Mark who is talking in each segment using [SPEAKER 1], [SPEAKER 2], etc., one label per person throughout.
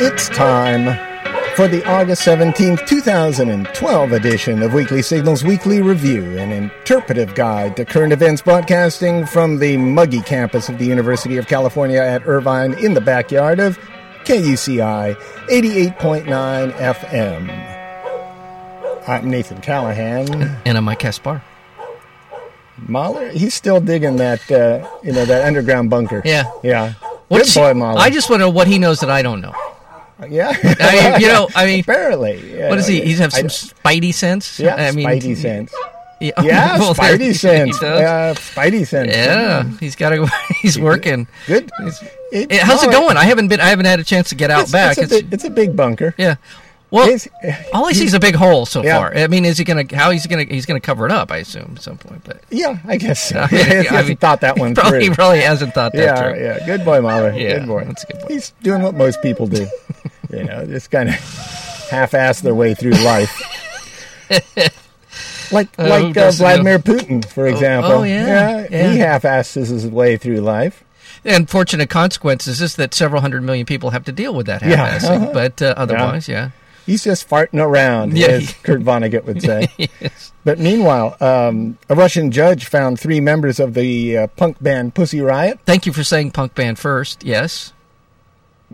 [SPEAKER 1] time for the August 17th, 2012 edition of Weekly Signals Weekly Review, an interpretive guide to current events broadcasting from the muggy campus of the University of California at Irvine in the backyard of KUCI 88.9 FM. I'm Nathan Callahan.
[SPEAKER 2] And I'm Mike Caspar.
[SPEAKER 1] Mahler, he's still digging that, uh, you know, that underground bunker.
[SPEAKER 2] Yeah.
[SPEAKER 1] Yeah.
[SPEAKER 2] What's
[SPEAKER 1] Good boy,
[SPEAKER 2] he-
[SPEAKER 1] Mahler.
[SPEAKER 2] I just want to know what he knows that I don't know.
[SPEAKER 1] Yeah.
[SPEAKER 2] I mean, you know, I mean,
[SPEAKER 1] Apparently. yeah.
[SPEAKER 2] what does he? He's have
[SPEAKER 1] I-
[SPEAKER 2] some spidey sense.
[SPEAKER 1] Yeah,
[SPEAKER 2] I mean,
[SPEAKER 1] Spidey sense.
[SPEAKER 2] Yeah,
[SPEAKER 1] Yeah,
[SPEAKER 2] well, there- he
[SPEAKER 1] Spidey sense.
[SPEAKER 2] does.
[SPEAKER 1] Yeah, Spidey sense.
[SPEAKER 2] yeah, he's got to. He's working.
[SPEAKER 1] Good.
[SPEAKER 2] Eh, How's it going? I haven't been. I haven't had a chance to get out
[SPEAKER 1] It's,
[SPEAKER 2] back.
[SPEAKER 1] it's, a, big, it's a big bunker.
[SPEAKER 2] yeah. Well,
[SPEAKER 1] It's-
[SPEAKER 2] all I see is a big hole so
[SPEAKER 1] Yeah.
[SPEAKER 2] far. I mean, is he gonna? How he's gonna? He's gonna cover it up, I assume, at some point. But
[SPEAKER 1] Yeah, I guess so.
[SPEAKER 2] I
[SPEAKER 1] he hasn't
[SPEAKER 2] mean,
[SPEAKER 1] thought that
[SPEAKER 2] he
[SPEAKER 1] one
[SPEAKER 2] probably, He
[SPEAKER 1] through.
[SPEAKER 2] probably hasn't thought that
[SPEAKER 1] yeah,
[SPEAKER 2] through.
[SPEAKER 1] yeah. Good boy, Mahler.
[SPEAKER 2] Yeah,
[SPEAKER 1] good boy.
[SPEAKER 2] that's a good boy.
[SPEAKER 1] He's doing what most people do. you know, just kind of half-ass their way through life. Like,
[SPEAKER 2] Oh,
[SPEAKER 1] like uh,
[SPEAKER 2] doesn't know.
[SPEAKER 1] Vladimir Putin, for example.
[SPEAKER 2] oh, yeah, yeah.
[SPEAKER 1] He half-asses his way through life.
[SPEAKER 2] And fortunate consequences is that several hundred million people have to deal with that half-assing.
[SPEAKER 1] Uh-huh.
[SPEAKER 2] But uh, otherwise, yeah.
[SPEAKER 1] He's just farting around,
[SPEAKER 2] Yeah.
[SPEAKER 1] as Kurt Vonnegut would say.
[SPEAKER 2] Yes.
[SPEAKER 1] But meanwhile, um, a Russian judge found three members of the uh, punk band Pussy Riot.
[SPEAKER 2] Thank you for saying punk band first. Yes.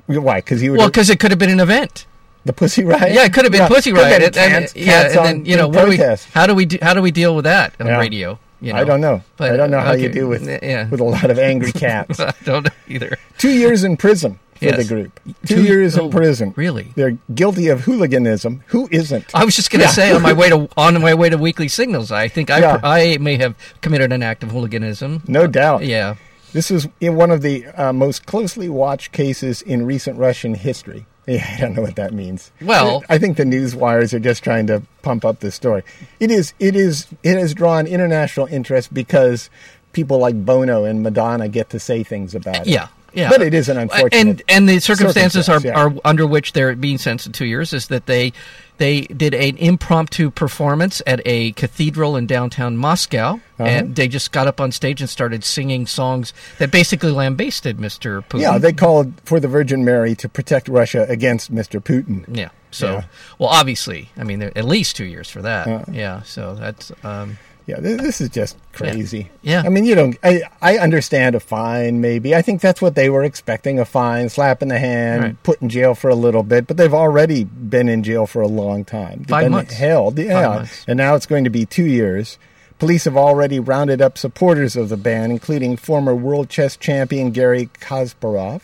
[SPEAKER 1] Why? Because he would
[SPEAKER 2] Well, because it could have been an event.
[SPEAKER 1] the Pussy Riot.
[SPEAKER 2] Yeah, it could have been Pussy Riot.
[SPEAKER 1] Could have been
[SPEAKER 2] and-
[SPEAKER 1] cats,
[SPEAKER 2] and- yeah,
[SPEAKER 1] cats
[SPEAKER 2] and
[SPEAKER 1] on-
[SPEAKER 2] then you
[SPEAKER 1] in
[SPEAKER 2] know what do we,
[SPEAKER 1] protest.
[SPEAKER 2] how do we do, how do we deal with that on
[SPEAKER 1] Yeah.
[SPEAKER 2] radio? You know,
[SPEAKER 1] I don't know.
[SPEAKER 2] But,
[SPEAKER 1] I don't know how you
[SPEAKER 2] okay,
[SPEAKER 1] do with
[SPEAKER 2] n- yeah.
[SPEAKER 1] with a lot of angry cats.
[SPEAKER 2] I don't know either.
[SPEAKER 1] Two years in prison for
[SPEAKER 2] Yes.
[SPEAKER 1] the group. Two,
[SPEAKER 2] Two-
[SPEAKER 1] years
[SPEAKER 2] oh,
[SPEAKER 1] in prison.
[SPEAKER 2] really?
[SPEAKER 1] They're guilty of hooliganism. Who isn't?
[SPEAKER 2] I was just going to
[SPEAKER 1] Yeah.
[SPEAKER 2] say on my way to on my way to weekly signals. I think I
[SPEAKER 1] Yeah.
[SPEAKER 2] I may have committed an act of hooliganism.
[SPEAKER 1] no doubt.
[SPEAKER 2] Yeah.
[SPEAKER 1] This is in one of the uh, most closely watched cases in recent Russian history. Yeah, I don't know what that means.
[SPEAKER 2] Well-
[SPEAKER 1] I think the news wires are just trying to pump up this story. It is, it is, it has drawn international interest because people like Bono and Madonna get to say things about it.
[SPEAKER 2] Yeah. Yeah.
[SPEAKER 1] but it is an unfortunate.
[SPEAKER 2] And and the circumstances are,
[SPEAKER 1] circumstance, yeah.
[SPEAKER 2] are under which they're being sentenced to two years is that they they did an impromptu performance at a cathedral in downtown Moscow,
[SPEAKER 1] Uh-huh.
[SPEAKER 2] and they just got up on stage and started singing songs that basically lambasted Mr. Putin.
[SPEAKER 1] yeah, they called for the Virgin Mary to protect Russia against Mr. Putin.
[SPEAKER 2] Yeah. So,
[SPEAKER 1] Yeah. Uh-huh.
[SPEAKER 2] well, obviously, I mean, at least two years for that. yeah. So that's um,
[SPEAKER 1] Yeah, thi- this is just crazy.
[SPEAKER 2] Yeah.
[SPEAKER 1] I mean, you don't. I I understand a fine, maybe. I think that's what they were expecting: a fine, slap in the hand,
[SPEAKER 2] Right.
[SPEAKER 1] put in jail for a little bit. But they've already been in jail for a long time. They've
[SPEAKER 2] Five
[SPEAKER 1] been
[SPEAKER 2] months.
[SPEAKER 1] Held, yeah.
[SPEAKER 2] months.
[SPEAKER 1] And now it's going to be two years. Police have already rounded up supporters of the ban, including former world chess champion Gary Kasparov.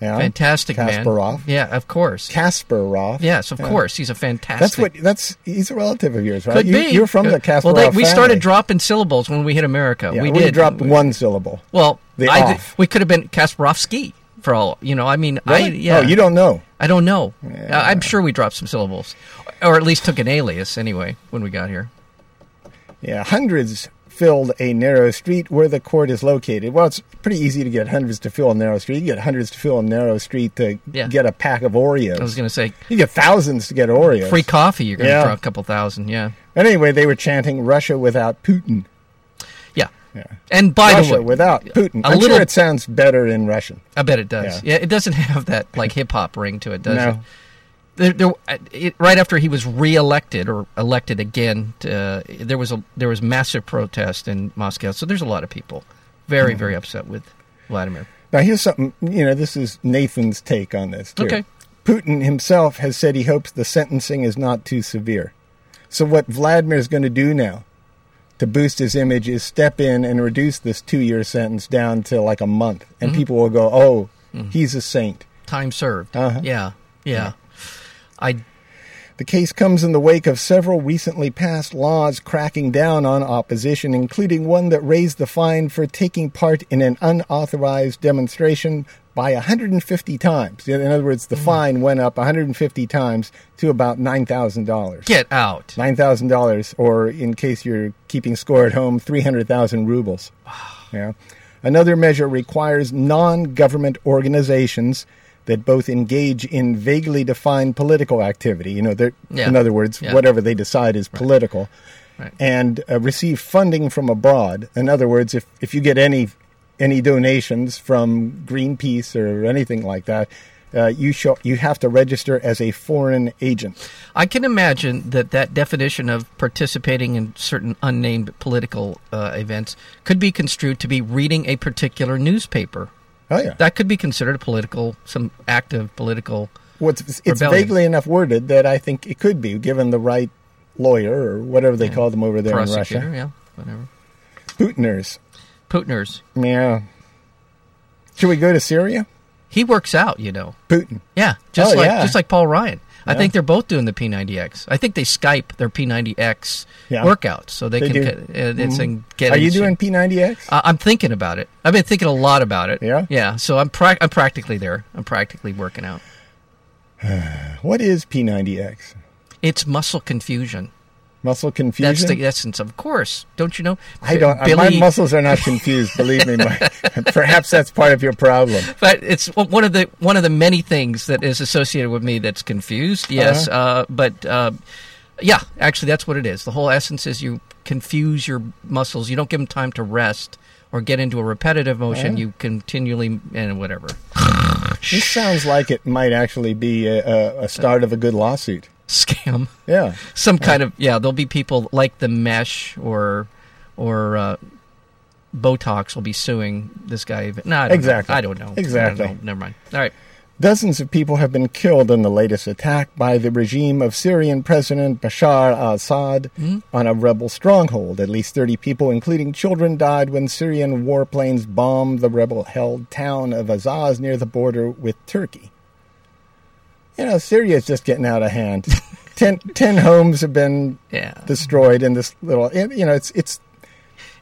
[SPEAKER 1] Yeah.
[SPEAKER 2] fantastic, man.
[SPEAKER 1] Kasparov.
[SPEAKER 2] Yeah, of course.
[SPEAKER 1] Kasparov.
[SPEAKER 2] Yes, of course. He's a fantastic.
[SPEAKER 1] That's what. That's he's a relative of yours, right?
[SPEAKER 2] Could
[SPEAKER 1] Uh, you,
[SPEAKER 2] be.
[SPEAKER 1] You're from the
[SPEAKER 2] Could-
[SPEAKER 1] Kasparov
[SPEAKER 2] Well, they, we
[SPEAKER 1] family.
[SPEAKER 2] started dropping syllables when we hit America.
[SPEAKER 1] Yeah,
[SPEAKER 2] we,
[SPEAKER 1] we
[SPEAKER 2] did.
[SPEAKER 1] dropped one syllable.
[SPEAKER 2] Well,
[SPEAKER 1] The
[SPEAKER 2] I did-
[SPEAKER 1] off.
[SPEAKER 2] we could have been Kasparovsky for all you know. I mean, I
[SPEAKER 1] Really?
[SPEAKER 2] yeah.
[SPEAKER 1] Oh, you don't know.
[SPEAKER 2] I don't know. I, I'm sure we dropped some syllables, or at least took an alias anyway when we got here.
[SPEAKER 1] Yeah, hundreds filled a narrow street where the court is located. Well, it's pretty easy to get hundreds to fill a narrow street. You can get hundreds to fill a narrow street to
[SPEAKER 2] Yeah.
[SPEAKER 1] get a pack of
[SPEAKER 2] I was
[SPEAKER 1] Oreos.
[SPEAKER 2] going to say
[SPEAKER 1] You get thousands to get Oreos.
[SPEAKER 2] free coffee. You're going to
[SPEAKER 1] Yeah.
[SPEAKER 2] draw a couple thousand. Yeah,
[SPEAKER 1] And anyway, they were chanting Russia without Putin.
[SPEAKER 2] yeah. And by the
[SPEAKER 1] Russia
[SPEAKER 2] way,
[SPEAKER 1] without Putin.
[SPEAKER 2] a
[SPEAKER 1] I'm
[SPEAKER 2] little-
[SPEAKER 1] sure it sounds better in Russian.
[SPEAKER 2] I bet it does.
[SPEAKER 1] Yeah.
[SPEAKER 2] Yeah, it doesn't have that like hip hop ring to it, does
[SPEAKER 1] No.
[SPEAKER 2] it? There, there, it? Right after he was reelected or elected again, uh, there was a there was massive protest in Moscow. So there's a lot of people
[SPEAKER 1] Mm-hmm.
[SPEAKER 2] very very upset with Vladimir.
[SPEAKER 1] Now, here's something, you know, this is Nathan's take on this. Too.
[SPEAKER 2] Okay.
[SPEAKER 1] Putin himself has said he hopes the sentencing is not too severe. So, what Vladimir is going to do now to boost his image is step in and reduce this two year sentence down to like a month. And people will go, oh, he's a saint.
[SPEAKER 2] Time served.
[SPEAKER 1] Uh-huh.
[SPEAKER 2] Yeah, yeah. I
[SPEAKER 1] The case comes in the wake of several recently passed laws cracking down on opposition, including one that raised the fine for taking part in an unauthorized demonstration by 150 times. In other words, the fine went up 150 times to about $9,000.
[SPEAKER 2] get out.
[SPEAKER 1] $9,000, or in case you're keeping score at home, 300,000 rubles. Yeah. Another measure requires non government organizations that both engage in vaguely defined political activity, you know, they're
[SPEAKER 2] Yeah.
[SPEAKER 1] in other words,
[SPEAKER 2] Yeah.
[SPEAKER 1] whatever they decide is political,
[SPEAKER 2] Right.
[SPEAKER 1] and uh, receive funding from abroad. In other words, if, if you get any any donations from Greenpeace or anything like that, uh, you shall you have to register as a foreign agent.
[SPEAKER 2] I can imagine that that definition of participating in certain unnamed political uh, events could be construed to be reading a particular newspaper.
[SPEAKER 1] Oh yeah,
[SPEAKER 2] That could be considered a political, some active political.
[SPEAKER 1] well, it's, it's
[SPEAKER 2] Rebellion.
[SPEAKER 1] vaguely enough worded that I think it could be given the right lawyer or whatever they call them over there in
[SPEAKER 2] Hmm. prosecutor,
[SPEAKER 1] Russia.
[SPEAKER 2] yeah, whatever.
[SPEAKER 1] Putiners,
[SPEAKER 2] Putiners.
[SPEAKER 1] yeah. Should we go to Syria?
[SPEAKER 2] He works out, you know.
[SPEAKER 1] Putin.
[SPEAKER 2] Yeah, just
[SPEAKER 1] Oh,
[SPEAKER 2] like
[SPEAKER 1] yeah.
[SPEAKER 2] just like Paul Ryan. I
[SPEAKER 1] Yeah.
[SPEAKER 2] think they're both doing the P90X. I think they Skype their P90X
[SPEAKER 1] Yeah.
[SPEAKER 2] workouts so they,
[SPEAKER 1] They do.
[SPEAKER 2] can
[SPEAKER 1] Mm-hmm.
[SPEAKER 2] ca- uh, it's and get.
[SPEAKER 1] Are you
[SPEAKER 2] in shape.
[SPEAKER 1] doing P90X?
[SPEAKER 2] I- I'm thinking about it. I've been thinking a lot about it.
[SPEAKER 1] Yeah?
[SPEAKER 2] yeah. So I'm prac I'm practically there. I'm practically working out. Uh.
[SPEAKER 1] What is P90X?
[SPEAKER 2] It's muscle confusion.
[SPEAKER 1] Muscle confusion.
[SPEAKER 2] That's the essence, of course. Don't you know?
[SPEAKER 1] I don't. uh,
[SPEAKER 2] Billy,
[SPEAKER 1] My muscles are not confused. believe me. My, perhaps that's part of your problem.
[SPEAKER 2] but it's one of the one of the many things that is associated with me that's
[SPEAKER 1] Uh-huh.
[SPEAKER 2] confused. Yes, uh but uh, yeah, actually, that's what it is. The whole essence is you confuse your muscles. You don't give them time to rest or get into a repetitive
[SPEAKER 1] Uh-huh.
[SPEAKER 2] motion. You continually and whatever.
[SPEAKER 1] This sounds like it might actually be a, a, a start of a good lawsuit.
[SPEAKER 2] Scam.
[SPEAKER 1] Yeah.
[SPEAKER 2] Some kind
[SPEAKER 1] Uh-huh.
[SPEAKER 2] of yeah. There'll be people like the mesh or or. Uh, Botox will be suing this guy. No, I don't know.
[SPEAKER 1] Exactly.
[SPEAKER 2] I don't know. I don't
[SPEAKER 1] Exactly.
[SPEAKER 2] know. Never mind. All right.
[SPEAKER 1] Dozens of people have been killed in the latest attack by the regime of Syrian President Bashar al Assad on a rebel stronghold. At least 30 people, including children, died when Syrian warplanes bombed the rebel held town of Azaz near the border with Turkey. You know, Syria's just getting out of hand. ten, ten homes have been
[SPEAKER 2] Yeah.
[SPEAKER 1] destroyed in this little, you know, it's, it's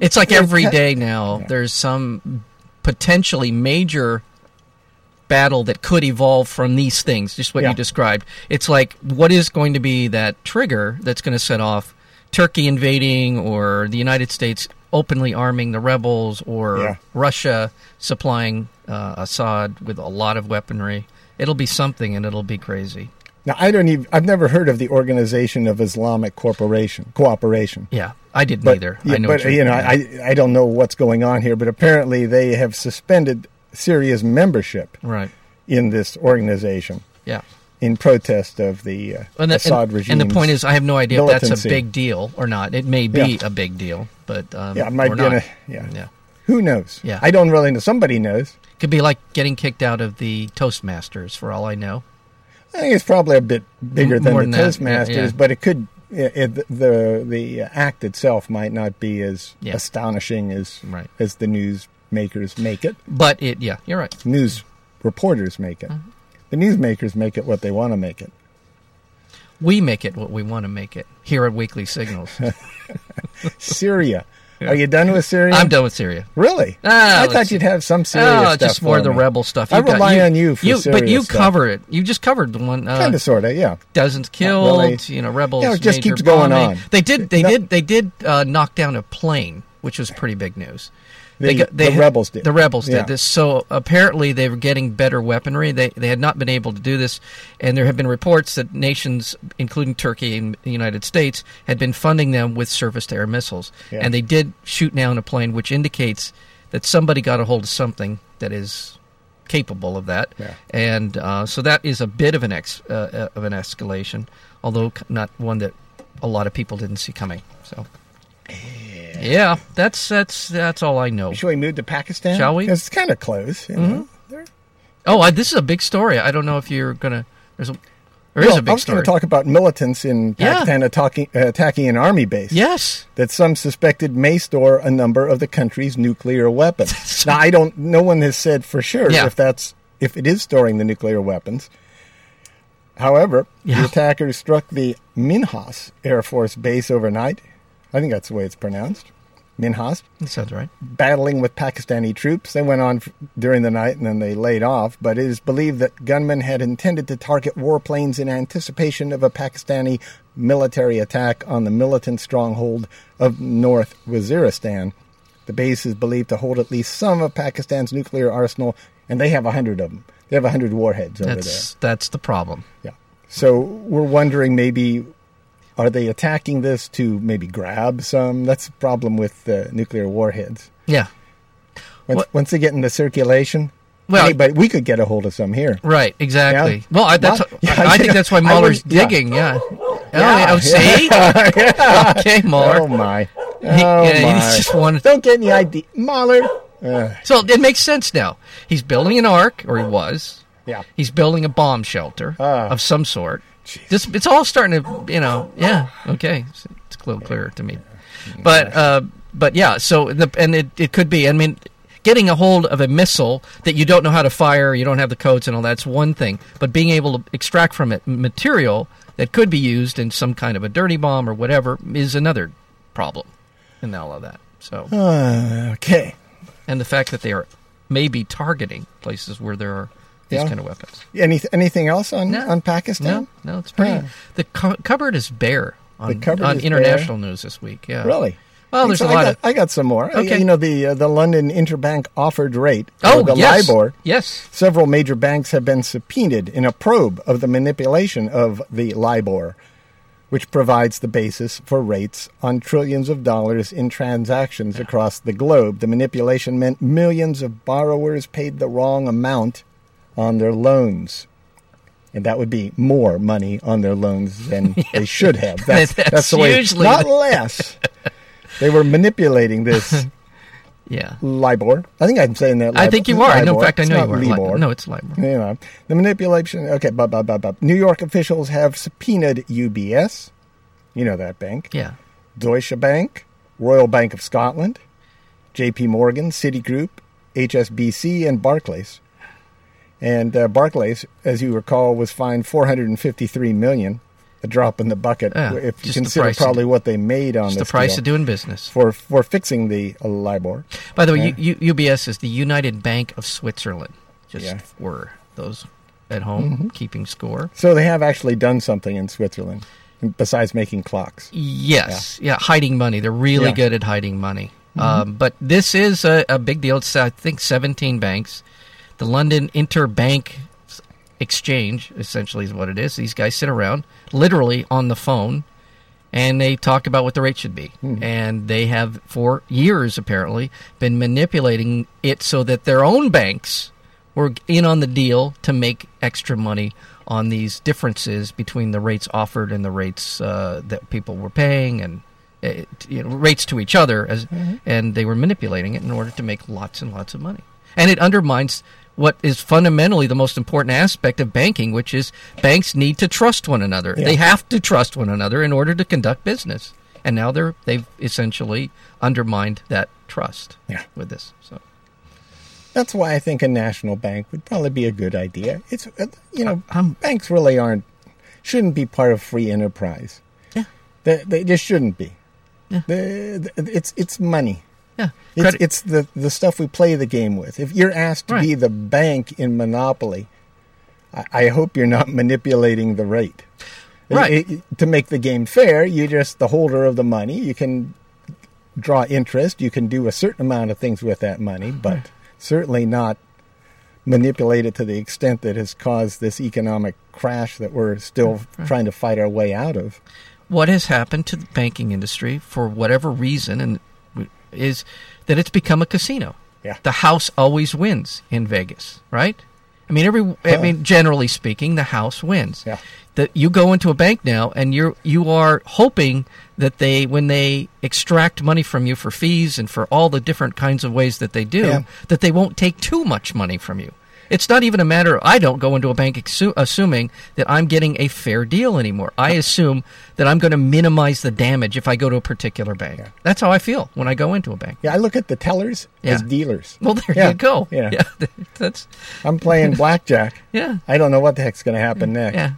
[SPEAKER 2] It's like
[SPEAKER 1] Yeah,
[SPEAKER 2] every
[SPEAKER 1] ca-
[SPEAKER 2] day now there's some potentially major battle that could evolve from these things, just what
[SPEAKER 1] Yeah.
[SPEAKER 2] you described. It's like what is going to be that trigger that's going to set off Turkey invading or the United States openly arming the rebels or
[SPEAKER 1] Yeah.
[SPEAKER 2] Russia supplying uh, Assad with a lot of weaponry. It'll be something and it'll be crazy.
[SPEAKER 1] Now I don't even I've never heard of the Organization of Islamic Corporation Cooperation.
[SPEAKER 2] Yeah, I didn't
[SPEAKER 1] But,
[SPEAKER 2] either.
[SPEAKER 1] yeah,
[SPEAKER 2] I know
[SPEAKER 1] but
[SPEAKER 2] what you're-
[SPEAKER 1] you know,
[SPEAKER 2] yeah.
[SPEAKER 1] I I don't know what's going on here, but apparently they have suspended Syria's membership
[SPEAKER 2] right.
[SPEAKER 1] in this organization
[SPEAKER 2] Yeah.
[SPEAKER 1] in protest of the, uh,
[SPEAKER 2] And the,
[SPEAKER 1] Assad
[SPEAKER 2] and,
[SPEAKER 1] regime.
[SPEAKER 2] and the point is, uh, I have no idea if that's a
[SPEAKER 1] militancy.
[SPEAKER 2] big deal or not. It may be
[SPEAKER 1] Yeah.
[SPEAKER 2] a big deal, but um,
[SPEAKER 1] yeah, it might
[SPEAKER 2] or
[SPEAKER 1] be
[SPEAKER 2] not.
[SPEAKER 1] in a- yeah.
[SPEAKER 2] Yeah.
[SPEAKER 1] Who knows?
[SPEAKER 2] Yeah.
[SPEAKER 1] I don't really know. Somebody knows.
[SPEAKER 2] Could be like getting kicked out of the Toastmasters, for all I know.
[SPEAKER 1] I think it's probably a bit bigger
[SPEAKER 2] M-
[SPEAKER 1] than
[SPEAKER 2] more
[SPEAKER 1] the
[SPEAKER 2] than that, yeah,
[SPEAKER 1] Toastmasters,
[SPEAKER 2] yeah.
[SPEAKER 1] but it could. It, it- the the uh, act itself might not be as
[SPEAKER 2] Yeah.
[SPEAKER 1] astonishing as
[SPEAKER 2] Right.
[SPEAKER 1] as the newsmakers make it.
[SPEAKER 2] But it, yeah, you're right.
[SPEAKER 1] news reporters make it.
[SPEAKER 2] Mm-hmm.
[SPEAKER 1] The newsmakers make it what they want to make it.
[SPEAKER 2] We make it what we want to make it here at Weekly Signals.
[SPEAKER 1] Syria. Are you done with Syria?
[SPEAKER 2] I'm done with Syria.
[SPEAKER 1] Really?
[SPEAKER 2] Ah,
[SPEAKER 1] I
[SPEAKER 2] let's
[SPEAKER 1] thought
[SPEAKER 2] see.
[SPEAKER 1] you'd have some Syria
[SPEAKER 2] Oh,
[SPEAKER 1] stuff.
[SPEAKER 2] just more
[SPEAKER 1] for
[SPEAKER 2] of the
[SPEAKER 1] me.
[SPEAKER 2] rebel stuff.
[SPEAKER 1] I
[SPEAKER 2] You got-
[SPEAKER 1] rely on you for
[SPEAKER 2] But
[SPEAKER 1] Syria
[SPEAKER 2] you
[SPEAKER 1] stuff.
[SPEAKER 2] cover it. You just covered the one. Uh,
[SPEAKER 1] Kind of, sort of, yeah.
[SPEAKER 2] dozens killed.
[SPEAKER 1] really.
[SPEAKER 2] You know, rebels.
[SPEAKER 1] Yeah, it just
[SPEAKER 2] major
[SPEAKER 1] keeps going
[SPEAKER 2] bombing.
[SPEAKER 1] on.
[SPEAKER 2] They did. They
[SPEAKER 1] No-
[SPEAKER 2] did. They did uh, knock down a plane, which was pretty big news.
[SPEAKER 1] The- the rebels did.
[SPEAKER 2] The rebels
[SPEAKER 1] Yeah.
[SPEAKER 2] did this. So apparently, they were getting better weaponry. They they had not been able to do this, and there have been reports that nations, including Turkey and the United States, had been funding them with surface-to-air missiles,
[SPEAKER 1] Yeah.
[SPEAKER 2] and they did shoot down a plane, which indicates that somebody got a hold of something that is capable of that
[SPEAKER 1] Yeah.
[SPEAKER 2] and uh, so that is a bit of an ex uh, uh, of an escalation, although c- not one that a lot of people didn't see coming. So, yeah, that's that's that's all I know.
[SPEAKER 1] Shall we move to Pakistan?
[SPEAKER 2] Shall we? Mm-hmm.
[SPEAKER 1] 'Cause it's kind of close. You know? There-
[SPEAKER 2] Oh, I, this is a big story. I don't know if you're gonna. There's a there is
[SPEAKER 1] Well,
[SPEAKER 2] a
[SPEAKER 1] I
[SPEAKER 2] big
[SPEAKER 1] was going
[SPEAKER 2] story.
[SPEAKER 1] to talk about militants in
[SPEAKER 2] Yeah.
[SPEAKER 1] Pakistan attacking, uh, attacking an army base.
[SPEAKER 2] yes,
[SPEAKER 1] that some suspected may store a number of the country's nuclear weapons. now, I don't. No one has said for sure
[SPEAKER 2] Yeah.
[SPEAKER 1] if that's if it is storing the nuclear weapons. However,
[SPEAKER 2] Yeah.
[SPEAKER 1] the attackers struck the Minhas Air Force Base overnight. I think that's the way it's pronounced. Minhas,
[SPEAKER 2] that sounds right.
[SPEAKER 1] battling with Pakistani troops. They went on f- during the night and then they laid off, but it is believed that gunmen had intended to target warplanes in anticipation of a Pakistani military attack on the militant stronghold of North Waziristan. The base is believed to hold at least some of Pakistan's nuclear arsenal, and they have a 100 of them. They have a 100 warheads over
[SPEAKER 2] That's that's the problem.
[SPEAKER 1] there. Yeah. So we're wondering maybe are they attacking this to maybe grab some? That's the problem with uh, nuclear warheads.
[SPEAKER 2] Yeah,
[SPEAKER 1] Once,
[SPEAKER 2] What-
[SPEAKER 1] once they get into circulation,
[SPEAKER 2] Well-
[SPEAKER 1] anybody, we could get a hold of some here.
[SPEAKER 2] Right, exactly.
[SPEAKER 1] Yeah.
[SPEAKER 2] Well, I, that's
[SPEAKER 1] What? Yeah,
[SPEAKER 2] I, I think that's why
[SPEAKER 1] I
[SPEAKER 2] Mahler's
[SPEAKER 1] would- yeah.
[SPEAKER 2] digging. Yeah.
[SPEAKER 1] Yeah,
[SPEAKER 2] Oh, see? okay, Mahler.
[SPEAKER 1] Oh my! Oh
[SPEAKER 2] yeah, he's
[SPEAKER 1] my!
[SPEAKER 2] just one-
[SPEAKER 1] Don't get any idea, Mahler. Uh,
[SPEAKER 2] So it makes sense now. He's building an ark, or he was.
[SPEAKER 1] yeah.
[SPEAKER 2] He's building a bomb shelter
[SPEAKER 1] Ah.
[SPEAKER 2] of some sort.
[SPEAKER 1] Jeez.
[SPEAKER 2] This, it's all starting to, you know, yeah, okay, it's, it's a little clearer to me. But, uh, but yeah, so the and it, it could be. I mean, getting a hold of a missile that you don't know how to fire, you don't have the codes and all that's one thing. But being able to extract from it material that could be used in some kind of a dirty bomb or whatever is another problem in all of that. So
[SPEAKER 1] Uh, okay.
[SPEAKER 2] and the fact that they are maybe targeting places where there are these
[SPEAKER 1] Yeah.
[SPEAKER 2] kind of weapons.
[SPEAKER 1] Any, anything else on,
[SPEAKER 2] No.
[SPEAKER 1] on Pakistan?
[SPEAKER 2] No, no, it's pretty.
[SPEAKER 1] Huh.
[SPEAKER 2] The cu- cupboard is bare on,
[SPEAKER 1] cupboard
[SPEAKER 2] on
[SPEAKER 1] is
[SPEAKER 2] international news this week. Yeah,
[SPEAKER 1] Really?
[SPEAKER 2] Well, there's
[SPEAKER 1] So
[SPEAKER 2] a
[SPEAKER 1] I
[SPEAKER 2] lot
[SPEAKER 1] got,
[SPEAKER 2] of.
[SPEAKER 1] I got some more. Uh,
[SPEAKER 2] Okay.
[SPEAKER 1] You know the uh, the London interbank offered rate.
[SPEAKER 2] Oh,
[SPEAKER 1] or the
[SPEAKER 2] yes,
[SPEAKER 1] LIBOR.
[SPEAKER 2] Yes.
[SPEAKER 1] Several major banks have been subpoenaed in a probe of the manipulation of the LIBOR, which provides the basis for rates on trillions of dollars in transactions across the globe. The manipulation meant millions of borrowers paid the wrong amount on their loans. And that would be more money on their loans than they should have. That's,
[SPEAKER 2] That's
[SPEAKER 1] that's, the way.
[SPEAKER 2] usually-
[SPEAKER 1] Not less. they were manipulating this
[SPEAKER 2] Yeah.
[SPEAKER 1] LIBOR. I think I'm saying that.
[SPEAKER 2] I think you
[SPEAKER 1] It's
[SPEAKER 2] are. No, in
[SPEAKER 1] LIBOR.
[SPEAKER 2] fact, I
[SPEAKER 1] It's
[SPEAKER 2] know
[SPEAKER 1] not
[SPEAKER 2] you are. Li-
[SPEAKER 1] LIBOR.
[SPEAKER 2] No, it's LIBOR.
[SPEAKER 1] You know, the manipulation. Okay, blah, blah, blah, blah. New York officials have subpoenaed UBS, you know that bank,
[SPEAKER 2] Yeah.
[SPEAKER 1] Deutsche Bank, Royal Bank of Scotland, JP Morgan, Citigroup, HSBC, and Barclays. And uh, Barclays, as you recall, was fined 453 million, a drop in the bucket
[SPEAKER 2] Yeah,
[SPEAKER 1] if you
[SPEAKER 2] just the
[SPEAKER 1] consider
[SPEAKER 2] price of-
[SPEAKER 1] probably what they made on
[SPEAKER 2] It's the
[SPEAKER 1] this
[SPEAKER 2] price
[SPEAKER 1] deal
[SPEAKER 2] of doing business.
[SPEAKER 1] for for fixing the uh, LIBOR.
[SPEAKER 2] By the way, U- U- UBS is the United Bank of Switzerland. Just
[SPEAKER 1] Yeah. Mm-hmm.
[SPEAKER 2] for those at home keeping score.
[SPEAKER 1] So they have actually done something in Switzerland besides making clocks.
[SPEAKER 2] Yes, yeah, hiding money. They're really
[SPEAKER 1] Yeah.
[SPEAKER 2] good at hiding money. Um, but this is a, a big deal. It's I think 17 banks. The London Interbank s- Exchange essentially is what it is. These guys sit around literally on the phone and they talk about what the rate should be. And they have for years apparently been manipulating it so that their own banks were in on the deal to make extra money on these differences between the rates offered and the rates uh, that people were paying and uh, you know, rates to each other as and they were manipulating it in order to make lots and lots of money. And it undermines what is fundamentally the most important aspect of banking, which is banks need to trust one another. They have to trust one another in order to conduct business. And now they're they've essentially undermined that trust
[SPEAKER 1] Yeah.
[SPEAKER 2] with this. So
[SPEAKER 1] That's why I think a national bank would probably be a good idea. It's uh, you know
[SPEAKER 2] I'm-
[SPEAKER 1] banks really aren't shouldn't be part of free enterprise.
[SPEAKER 2] yeah.
[SPEAKER 1] They, they just shouldn't be.
[SPEAKER 2] Yeah.
[SPEAKER 1] The- the- it's it's money.
[SPEAKER 2] Yeah.
[SPEAKER 1] It's,
[SPEAKER 2] Credit-
[SPEAKER 1] it's the the stuff we play the game with. If you're asked to be
[SPEAKER 2] Right.
[SPEAKER 1] the bank in Monopoly, I, I hope you're not manipulating the rate.
[SPEAKER 2] Right.
[SPEAKER 1] It- it- to make the game fair, you're just the holder of the money. You can draw interest. You can do a certain amount of things with that money, but certainly not manipulate it to the extent that has caused this economic crash that we're still trying to fight our way out of.
[SPEAKER 2] what has happened to the banking industry for whatever reason and is that it's become a casino.
[SPEAKER 1] Yeah.
[SPEAKER 2] The house always wins in Vegas, right? I mean every I mean generally speaking the house wins.
[SPEAKER 1] Yeah.
[SPEAKER 2] That you go into a bank now and you're you are hoping that they when they extract money from you for fees and for all the different kinds of ways that they do
[SPEAKER 1] Yeah.
[SPEAKER 2] that they won't take too much money from you. It's not even a matter of I don't go into a bank exu- assuming that I'm getting a fair deal anymore. I assume that I'm going to minimize the damage if I go to a particular bank. That's how I feel when I go into a bank.
[SPEAKER 1] Yeah, I look at the tellers as
[SPEAKER 2] Yeah.
[SPEAKER 1] dealers.
[SPEAKER 2] Well, there
[SPEAKER 1] Yeah,
[SPEAKER 2] you go.
[SPEAKER 1] yeah.
[SPEAKER 2] that's
[SPEAKER 1] I'm playing blackjack.
[SPEAKER 2] yeah,
[SPEAKER 1] I don't know what the heck's going to happen next.
[SPEAKER 2] Mm, yeah.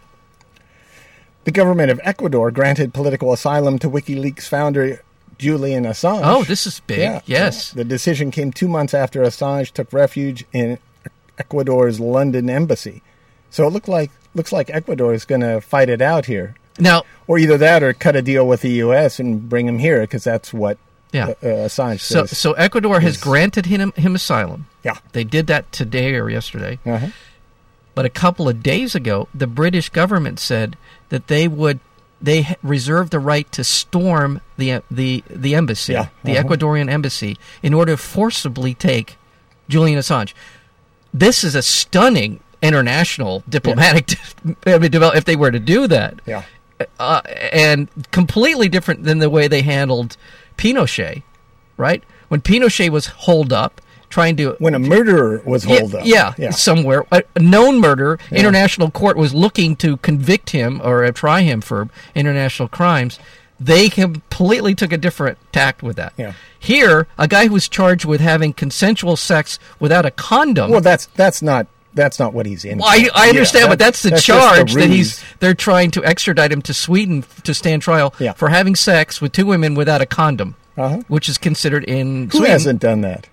[SPEAKER 1] The government of Ecuador granted political asylum to WikiLeaks founder Julian Assange.
[SPEAKER 2] Oh, this is big.
[SPEAKER 1] Yeah.
[SPEAKER 2] yes.
[SPEAKER 1] The decision came two months after Assange took refuge in Ecuador's London embassy. So it looked like looks like Ecuador is going to fight it out here,
[SPEAKER 2] Now,
[SPEAKER 1] or either that, or cut a deal with the U.S. and bring him here because that's what
[SPEAKER 2] Yeah.
[SPEAKER 1] uh, uh, Assange
[SPEAKER 2] so
[SPEAKER 1] says.
[SPEAKER 2] so Ecuador has granted him him asylum.
[SPEAKER 1] yeah.
[SPEAKER 2] They did that today or yesterday.
[SPEAKER 1] Uh-huh.
[SPEAKER 2] But a couple of days ago, the British government said that they would they h- reserved the right to storm the the the embassy,
[SPEAKER 1] Yeah, uh-huh.
[SPEAKER 2] the Ecuadorian embassy, in order to forcibly take Julian Assange. this is a stunning international diplomatic I mean, develop if they were to do that.
[SPEAKER 1] Yeah.
[SPEAKER 2] Uh, and completely different than the way they handled Pinochet, right? When Pinochet was holed up, trying to
[SPEAKER 1] When a murderer was
[SPEAKER 2] yeah,
[SPEAKER 1] holed up.
[SPEAKER 2] Yeah,
[SPEAKER 1] Yeah.
[SPEAKER 2] somewhere. A a known murder. International court was looking to convict him or uh, try him for international crimes. They completely took a different tact with that.
[SPEAKER 1] Yeah.
[SPEAKER 2] Here, a guy who's charged with having consensual sex without a condom.
[SPEAKER 1] Well, that's that's not that's not what he's in.
[SPEAKER 2] Well, I, I
[SPEAKER 1] Yeah,
[SPEAKER 2] understand, but
[SPEAKER 1] that-
[SPEAKER 2] that's the
[SPEAKER 1] just the
[SPEAKER 2] charge that he's
[SPEAKER 1] ruse.
[SPEAKER 2] they're trying to extradite him to Sweden f- to stand trial
[SPEAKER 1] Yeah.
[SPEAKER 2] for having sex with two women without a condom,
[SPEAKER 1] Uh-huh.
[SPEAKER 2] which is considered in
[SPEAKER 1] Who
[SPEAKER 2] Sweden.
[SPEAKER 1] hasn't done that?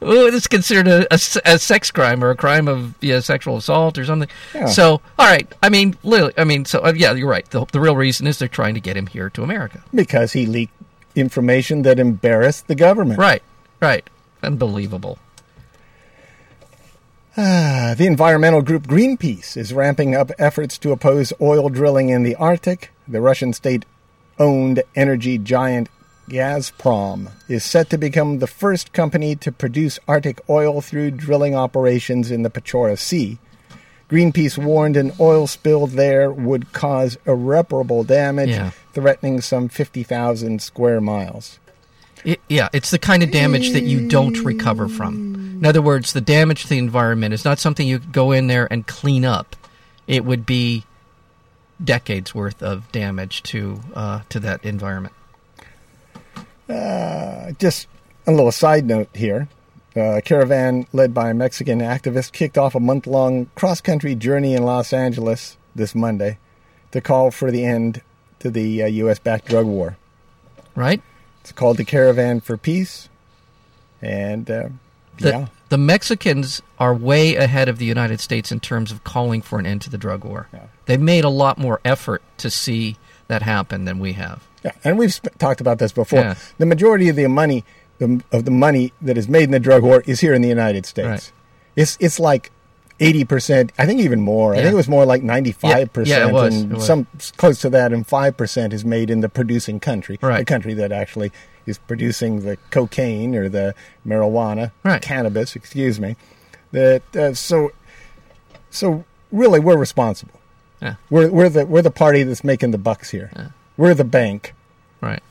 [SPEAKER 2] Oh, it's considered a, a s- a sex crime or a crime of yeah, sexual assault or something.
[SPEAKER 1] Yeah.
[SPEAKER 2] So, all right. I mean, literally, I mean, so uh, yeah, you're right. The, the real reason is they're trying to get him here to America.
[SPEAKER 1] Because he leaked information that embarrassed the government.
[SPEAKER 2] Right. Right. Unbelievable.
[SPEAKER 1] Uh, the environmental group Greenpeace is ramping up efforts to oppose oil drilling in the Arctic. The Russian state owned energy giant Gazprom is set to become the first company to produce Arctic oil through drilling operations in the Pechora Sea. Greenpeace warned an oil spill there would cause irreparable damage,
[SPEAKER 2] Yeah.
[SPEAKER 1] threatening some 50,000 square miles.
[SPEAKER 2] It, yeah, it's the kind of damage that you don't recover from. In other words, the damage to the environment is not something you go in there and clean up. It would be decades worth of damage to uh, to that environment.
[SPEAKER 1] just a little side note here. Uh, a caravan led by a Mexican activist kicked off a month long cross country journey in Los Angeles this Monday to call for the end to the uh, U.S. backed drug war.
[SPEAKER 2] Right?
[SPEAKER 1] It's called the Caravan for Peace. And uh,
[SPEAKER 2] The,
[SPEAKER 1] yeah,
[SPEAKER 2] the Mexicans are way ahead of the United States in terms of calling for an end to the drug war. They've made a lot more effort to see that happen than we have.
[SPEAKER 1] yeah. And we've sp- talked about this before.
[SPEAKER 2] Yeah.
[SPEAKER 1] The majority of the money the, of the money that is made in the drug war is here in the United States.
[SPEAKER 2] Right.
[SPEAKER 1] It's it's like. 80%, I think even more. I
[SPEAKER 2] Yeah.
[SPEAKER 1] think it was more like 95%.
[SPEAKER 2] Yeah, yeah, it was.
[SPEAKER 1] And
[SPEAKER 2] It was.
[SPEAKER 1] some s- close to that, and five percent is made in the producing country, the
[SPEAKER 2] Right.
[SPEAKER 1] country that actually is producing the cocaine or the marijuana,
[SPEAKER 2] Right.
[SPEAKER 1] cannabis. Excuse me. That uh, so so really we're responsible.
[SPEAKER 2] Yeah.
[SPEAKER 1] We're we're the we're the party that's making the bucks here. We're the bank.
[SPEAKER 2] Right.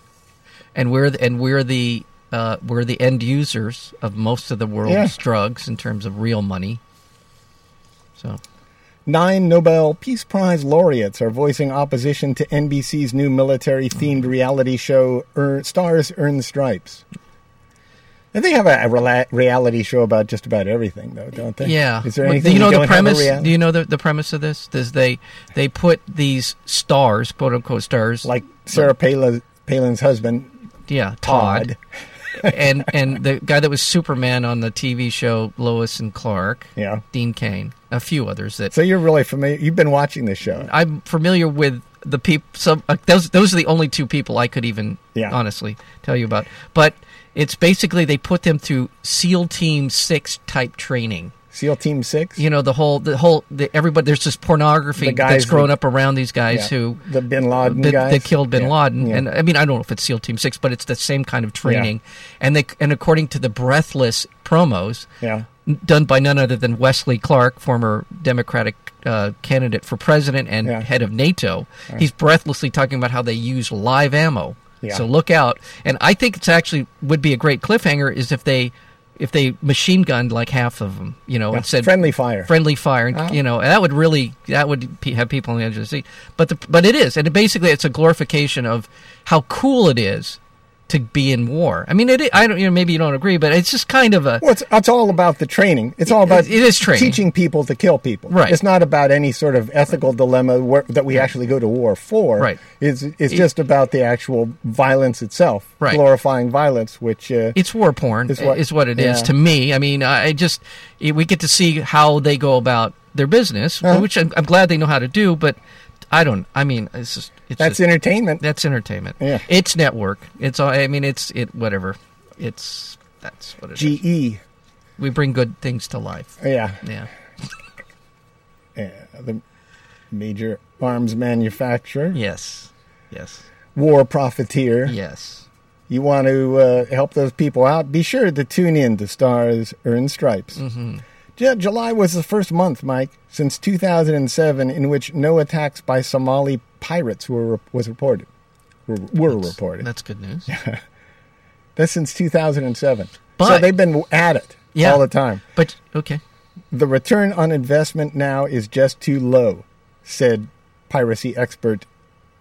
[SPEAKER 2] And we're the, and we're the uh, we're the end users of most of the world's
[SPEAKER 1] Yeah.
[SPEAKER 2] drugs in terms of real money. So
[SPEAKER 1] Nine Nobel Peace Prize laureates are voicing opposition to NBC's new military themed reality show Ear Stars Earn Stripes. And they have a, a rela- reality show about just about everything, though, don't they?
[SPEAKER 2] yeah,
[SPEAKER 1] Is there
[SPEAKER 2] Well,
[SPEAKER 1] anything
[SPEAKER 2] do you know the
[SPEAKER 1] don't have a
[SPEAKER 2] premise?
[SPEAKER 1] rea-
[SPEAKER 2] Do you know the, the premise of this? Is they they put these stars, quote unquote stars,
[SPEAKER 1] like Sarah Palin, Palin's husband,
[SPEAKER 2] yeah,
[SPEAKER 1] Todd.
[SPEAKER 2] Todd, and and the guy that was Superman on the TV show Lois and Clark,
[SPEAKER 1] Yeah.
[SPEAKER 2] Dean Kane, a few others that
[SPEAKER 1] So you're really familiar. You've been watching this show.
[SPEAKER 2] I'm familiar with the people. Some uh, those those are the only two people I could even
[SPEAKER 1] Yeah.
[SPEAKER 2] honestly tell you about. But it's basically they put them through SEAL Team Six type training.
[SPEAKER 1] SEAL Team Six.
[SPEAKER 2] You know the whole the whole the, everybody. There's this pornography
[SPEAKER 1] The guys
[SPEAKER 2] that's grown
[SPEAKER 1] that-
[SPEAKER 2] up around these guys
[SPEAKER 1] Yeah.
[SPEAKER 2] who
[SPEAKER 1] The Bin Laden
[SPEAKER 2] that-
[SPEAKER 1] guys.
[SPEAKER 2] that killed Bin
[SPEAKER 1] Yeah.
[SPEAKER 2] Laden.
[SPEAKER 1] Yeah.
[SPEAKER 2] And uh, I mean I don't know if it's SEAL Team Six, but it's the same kind of training. And they and according to the breathless promos,
[SPEAKER 1] yeah.
[SPEAKER 2] done by none other than Wesley Clark, former Democratic uh, candidate for president and
[SPEAKER 1] Yeah.
[SPEAKER 2] head of NATO. He's breathlessly talking about how they use live ammo.
[SPEAKER 1] Yeah.
[SPEAKER 2] So look out. And I think it's actually would be a great cliffhanger is if they if they machine gunned like half of them, you know, and said
[SPEAKER 1] friendly fire. Uh-huh.
[SPEAKER 2] friendly fire, and, you know, and that would really that would pe- have people on the edge of the seat. But the, but it is, and it basically it's a glorification of how cool it is to be in war. I mean, it. I don't. You know, maybe you don't agree, but it's just kind of a
[SPEAKER 1] Well, it's, it's all about the training. It's all about
[SPEAKER 2] It- it is training.
[SPEAKER 1] teaching people to kill people.
[SPEAKER 2] Right.
[SPEAKER 1] It's not about any sort of ethical dilemma where, that we actually go to war for.
[SPEAKER 2] Right.
[SPEAKER 1] It's it's just about the actual violence itself.
[SPEAKER 2] Right.
[SPEAKER 1] Glorifying violence, which uh,
[SPEAKER 2] it's war porn
[SPEAKER 1] It's
[SPEAKER 2] is
[SPEAKER 1] what-
[SPEAKER 2] what, it is
[SPEAKER 1] yeah.
[SPEAKER 2] to me i mean i I just it, we get to see how they go about their business
[SPEAKER 1] Uh-huh.
[SPEAKER 2] which I'm, I'm glad they know how to do but i don't i mean it's just it's
[SPEAKER 1] that's
[SPEAKER 2] just-
[SPEAKER 1] entertainment.
[SPEAKER 2] that's entertainment
[SPEAKER 1] Yeah.
[SPEAKER 2] it's network it's all i mean it's it whatever it's that's what it is.
[SPEAKER 1] GE.
[SPEAKER 2] we bring good things to life
[SPEAKER 1] E, Yeah.
[SPEAKER 2] yeah
[SPEAKER 1] yeah. The major arms manufacturer.
[SPEAKER 2] yes yes
[SPEAKER 1] War profiteer.
[SPEAKER 2] yes
[SPEAKER 1] you want to uh, help those people out, be sure to tune in to Stars Earn Stripes.
[SPEAKER 2] Mm-hmm.
[SPEAKER 1] Ju- July was the first month, Mike, since 2007, in which no attacks by Somali pirates were re- was reported. Were, were reported.
[SPEAKER 2] That's good news.
[SPEAKER 1] That's since 2007. so
[SPEAKER 2] But-
[SPEAKER 1] they've been at it
[SPEAKER 2] Yeah.
[SPEAKER 1] all the time.
[SPEAKER 2] But okay,
[SPEAKER 1] The return on investment now is just too low, said piracy expert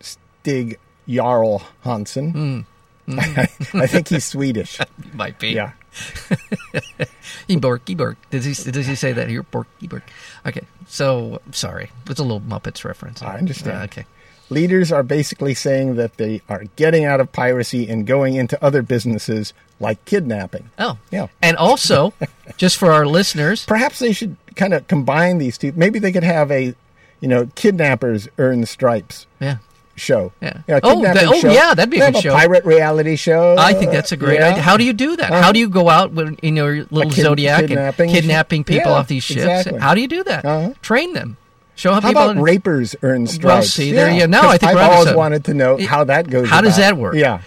[SPEAKER 1] Stig Jarl Hansen.
[SPEAKER 2] Hmm.
[SPEAKER 1] I think he's Swedish.
[SPEAKER 2] might be.
[SPEAKER 1] Yeah.
[SPEAKER 2] He bork, he bork. Does he does he say that here? Bork, he bork. Okay. So sorry, it's a little Muppets reference.
[SPEAKER 1] I understand.
[SPEAKER 2] Uh, okay.
[SPEAKER 1] Leaders are basically saying that they are getting out of piracy and going into other businesses like kidnapping.
[SPEAKER 2] Oh
[SPEAKER 1] Yeah.
[SPEAKER 2] And also, just for our listeners,
[SPEAKER 1] Perhaps they should kind of combine these two. Maybe they could have a, you know, kidnappers earn stripes
[SPEAKER 2] yeah.
[SPEAKER 1] show.
[SPEAKER 2] Yeah.
[SPEAKER 1] You know,
[SPEAKER 2] Oh, that-
[SPEAKER 1] kidnapping
[SPEAKER 2] oh, yeah, that'd be a
[SPEAKER 1] They
[SPEAKER 2] good
[SPEAKER 1] have
[SPEAKER 2] show.
[SPEAKER 1] pirate reality show.
[SPEAKER 2] I think that's a great
[SPEAKER 1] Yeah.
[SPEAKER 2] idea. How do you do that? How do you go out when, in your little
[SPEAKER 1] kid-
[SPEAKER 2] zodiac
[SPEAKER 1] kidnapping
[SPEAKER 2] and kidnapping
[SPEAKER 1] ship?
[SPEAKER 2] people
[SPEAKER 1] Yeah,
[SPEAKER 2] off these ships?
[SPEAKER 1] exactly.
[SPEAKER 2] How do you do that?
[SPEAKER 1] Uh-huh.
[SPEAKER 2] Train them. Show how,
[SPEAKER 1] How
[SPEAKER 2] people.
[SPEAKER 1] about rapers earn stripes?
[SPEAKER 2] see, there you go. Now
[SPEAKER 1] 'cause
[SPEAKER 2] I think
[SPEAKER 1] I've
[SPEAKER 2] we're onto
[SPEAKER 1] always
[SPEAKER 2] something.
[SPEAKER 1] wanted to know
[SPEAKER 2] It-
[SPEAKER 1] how that goes.
[SPEAKER 2] how does
[SPEAKER 1] about.
[SPEAKER 2] that work?
[SPEAKER 1] Yeah,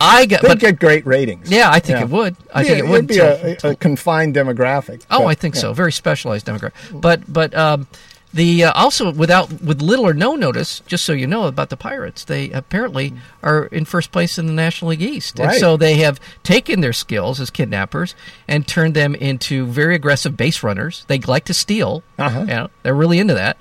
[SPEAKER 2] I got.
[SPEAKER 1] they'd
[SPEAKER 2] But,
[SPEAKER 1] get great ratings.
[SPEAKER 2] yeah, I think it would. I think it
[SPEAKER 1] Yeah,
[SPEAKER 2] would.
[SPEAKER 1] It'd be
[SPEAKER 2] until-
[SPEAKER 1] a, a confined demographic.
[SPEAKER 2] Oh,
[SPEAKER 1] but-
[SPEAKER 2] I think so. Very specialized demographic. But but um, the uh, also without with little or no notice, just so you know about the Pirates, they apparently are in first place in the National League East, and
[SPEAKER 1] Right.
[SPEAKER 2] so they have taken their skills as kidnappers and turned them into very aggressive base runners. They like to steal.
[SPEAKER 1] Uh-huh.
[SPEAKER 2] You know, they're really into that,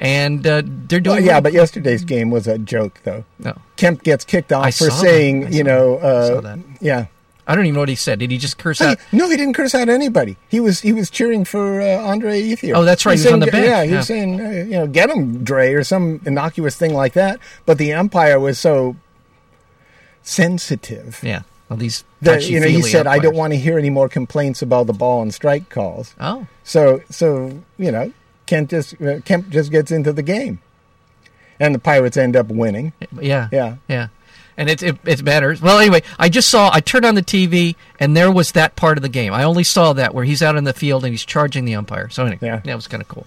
[SPEAKER 2] and uh, they're doing
[SPEAKER 1] Well, yeah,
[SPEAKER 2] really-
[SPEAKER 1] but yesterday's game was a joke, though.
[SPEAKER 2] No.
[SPEAKER 1] Kemp gets kicked off
[SPEAKER 2] Oh. I
[SPEAKER 1] for
[SPEAKER 2] saw that.
[SPEAKER 1] saying,
[SPEAKER 2] I
[SPEAKER 1] you
[SPEAKER 2] saw
[SPEAKER 1] know,
[SPEAKER 2] that. I
[SPEAKER 1] uh,
[SPEAKER 2] saw that.
[SPEAKER 1] yeah.
[SPEAKER 2] I don't even know what he said. Did he just curse
[SPEAKER 1] Hey,
[SPEAKER 2] out?
[SPEAKER 1] no, he didn't curse out anybody. He was he was cheering for uh, Andre Ethier.
[SPEAKER 2] Oh, that's right,
[SPEAKER 1] He's
[SPEAKER 2] he was on
[SPEAKER 1] saying-
[SPEAKER 2] the bench,
[SPEAKER 1] Yeah, he was
[SPEAKER 2] yeah.
[SPEAKER 1] saying, uh, you know, get him, Dre, or some innocuous thing like that. But the umpire was so sensitive
[SPEAKER 2] Yeah. Well, these
[SPEAKER 1] that you know he
[SPEAKER 2] touchy-feely
[SPEAKER 1] said, I don't
[SPEAKER 2] umpires.
[SPEAKER 1] want to hear any more complaints about the ball and strike calls.
[SPEAKER 2] Oh.
[SPEAKER 1] So so you know, Kent just uh, Kemp just gets into the game, and the Pirates end up winning.
[SPEAKER 2] Yeah.
[SPEAKER 1] Yeah.
[SPEAKER 2] Yeah. And it, it, it matters. Well, anyway, I just saw, I turned on the TV and there was that part of the game. I only saw that where he's out in the field and he's charging the umpire. So, anyway,
[SPEAKER 1] Yeah.
[SPEAKER 2] that was kind of cool.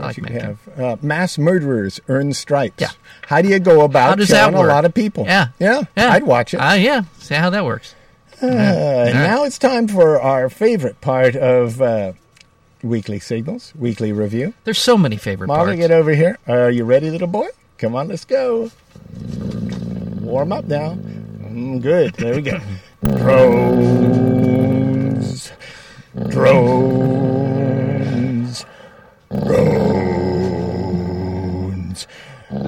[SPEAKER 2] I like
[SPEAKER 1] you
[SPEAKER 2] Matt Kemp.
[SPEAKER 1] have. Uh, mass murderers earn stripes.
[SPEAKER 2] Yeah.
[SPEAKER 1] How do you go about
[SPEAKER 2] How does
[SPEAKER 1] killing
[SPEAKER 2] that work?
[SPEAKER 1] a lot of people?
[SPEAKER 2] Yeah.
[SPEAKER 1] Yeah. I'd watch it.
[SPEAKER 2] Ah, yeah. See how that works.
[SPEAKER 1] Uh, Now it's time for our favorite part of uh, Weekly Signals, Weekly Review.
[SPEAKER 2] There's so many favorite
[SPEAKER 1] Molly,
[SPEAKER 2] parts.
[SPEAKER 1] get over here. Are you ready, little boy? Come on, let's go. Warm up now. Mm, good. There we go. drones. Drones. Drones.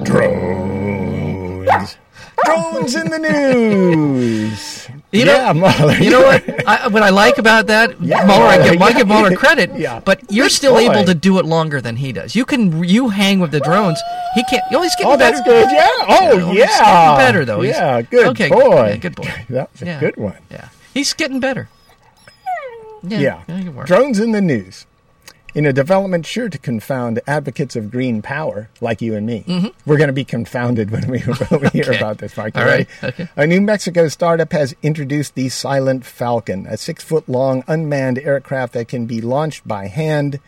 [SPEAKER 1] Drones. Drones in the news.
[SPEAKER 2] You know-
[SPEAKER 1] yeah, Mahler.
[SPEAKER 2] you know what? I, what I like about that,
[SPEAKER 1] Yeah,
[SPEAKER 2] Mueller, I
[SPEAKER 1] Mueller,
[SPEAKER 2] give, I
[SPEAKER 1] yeah.
[SPEAKER 2] give Mueller credit,
[SPEAKER 1] Yeah.
[SPEAKER 2] but you're
[SPEAKER 1] Good
[SPEAKER 2] still
[SPEAKER 1] boy.
[SPEAKER 2] able to do it longer than he does. You can, you hang with the drones. He can't, oh, he's getting
[SPEAKER 1] Oh,
[SPEAKER 2] better.
[SPEAKER 1] that's good. Yeah. Oh,
[SPEAKER 2] Oh,
[SPEAKER 1] yeah.
[SPEAKER 2] he's getting better, though. He's-
[SPEAKER 1] Yeah. Good
[SPEAKER 2] okay, good.
[SPEAKER 1] boy.
[SPEAKER 2] Yeah, good boy.
[SPEAKER 1] That's a
[SPEAKER 2] Yeah.
[SPEAKER 1] good one.
[SPEAKER 2] Yeah. He's getting better.
[SPEAKER 1] Yeah.
[SPEAKER 2] you were.
[SPEAKER 1] Drones in the news. In a development sure to confound advocates of green power, like you and me, we're going to be confounded when we, when we hear
[SPEAKER 2] Mm-hmm. Okay.
[SPEAKER 1] about this, Mike.
[SPEAKER 2] All
[SPEAKER 1] already.
[SPEAKER 2] right. Okay.
[SPEAKER 1] A New Mexico startup has introduced the Silent Falcon, a six foot long unmanned aircraft that can be launched by hand,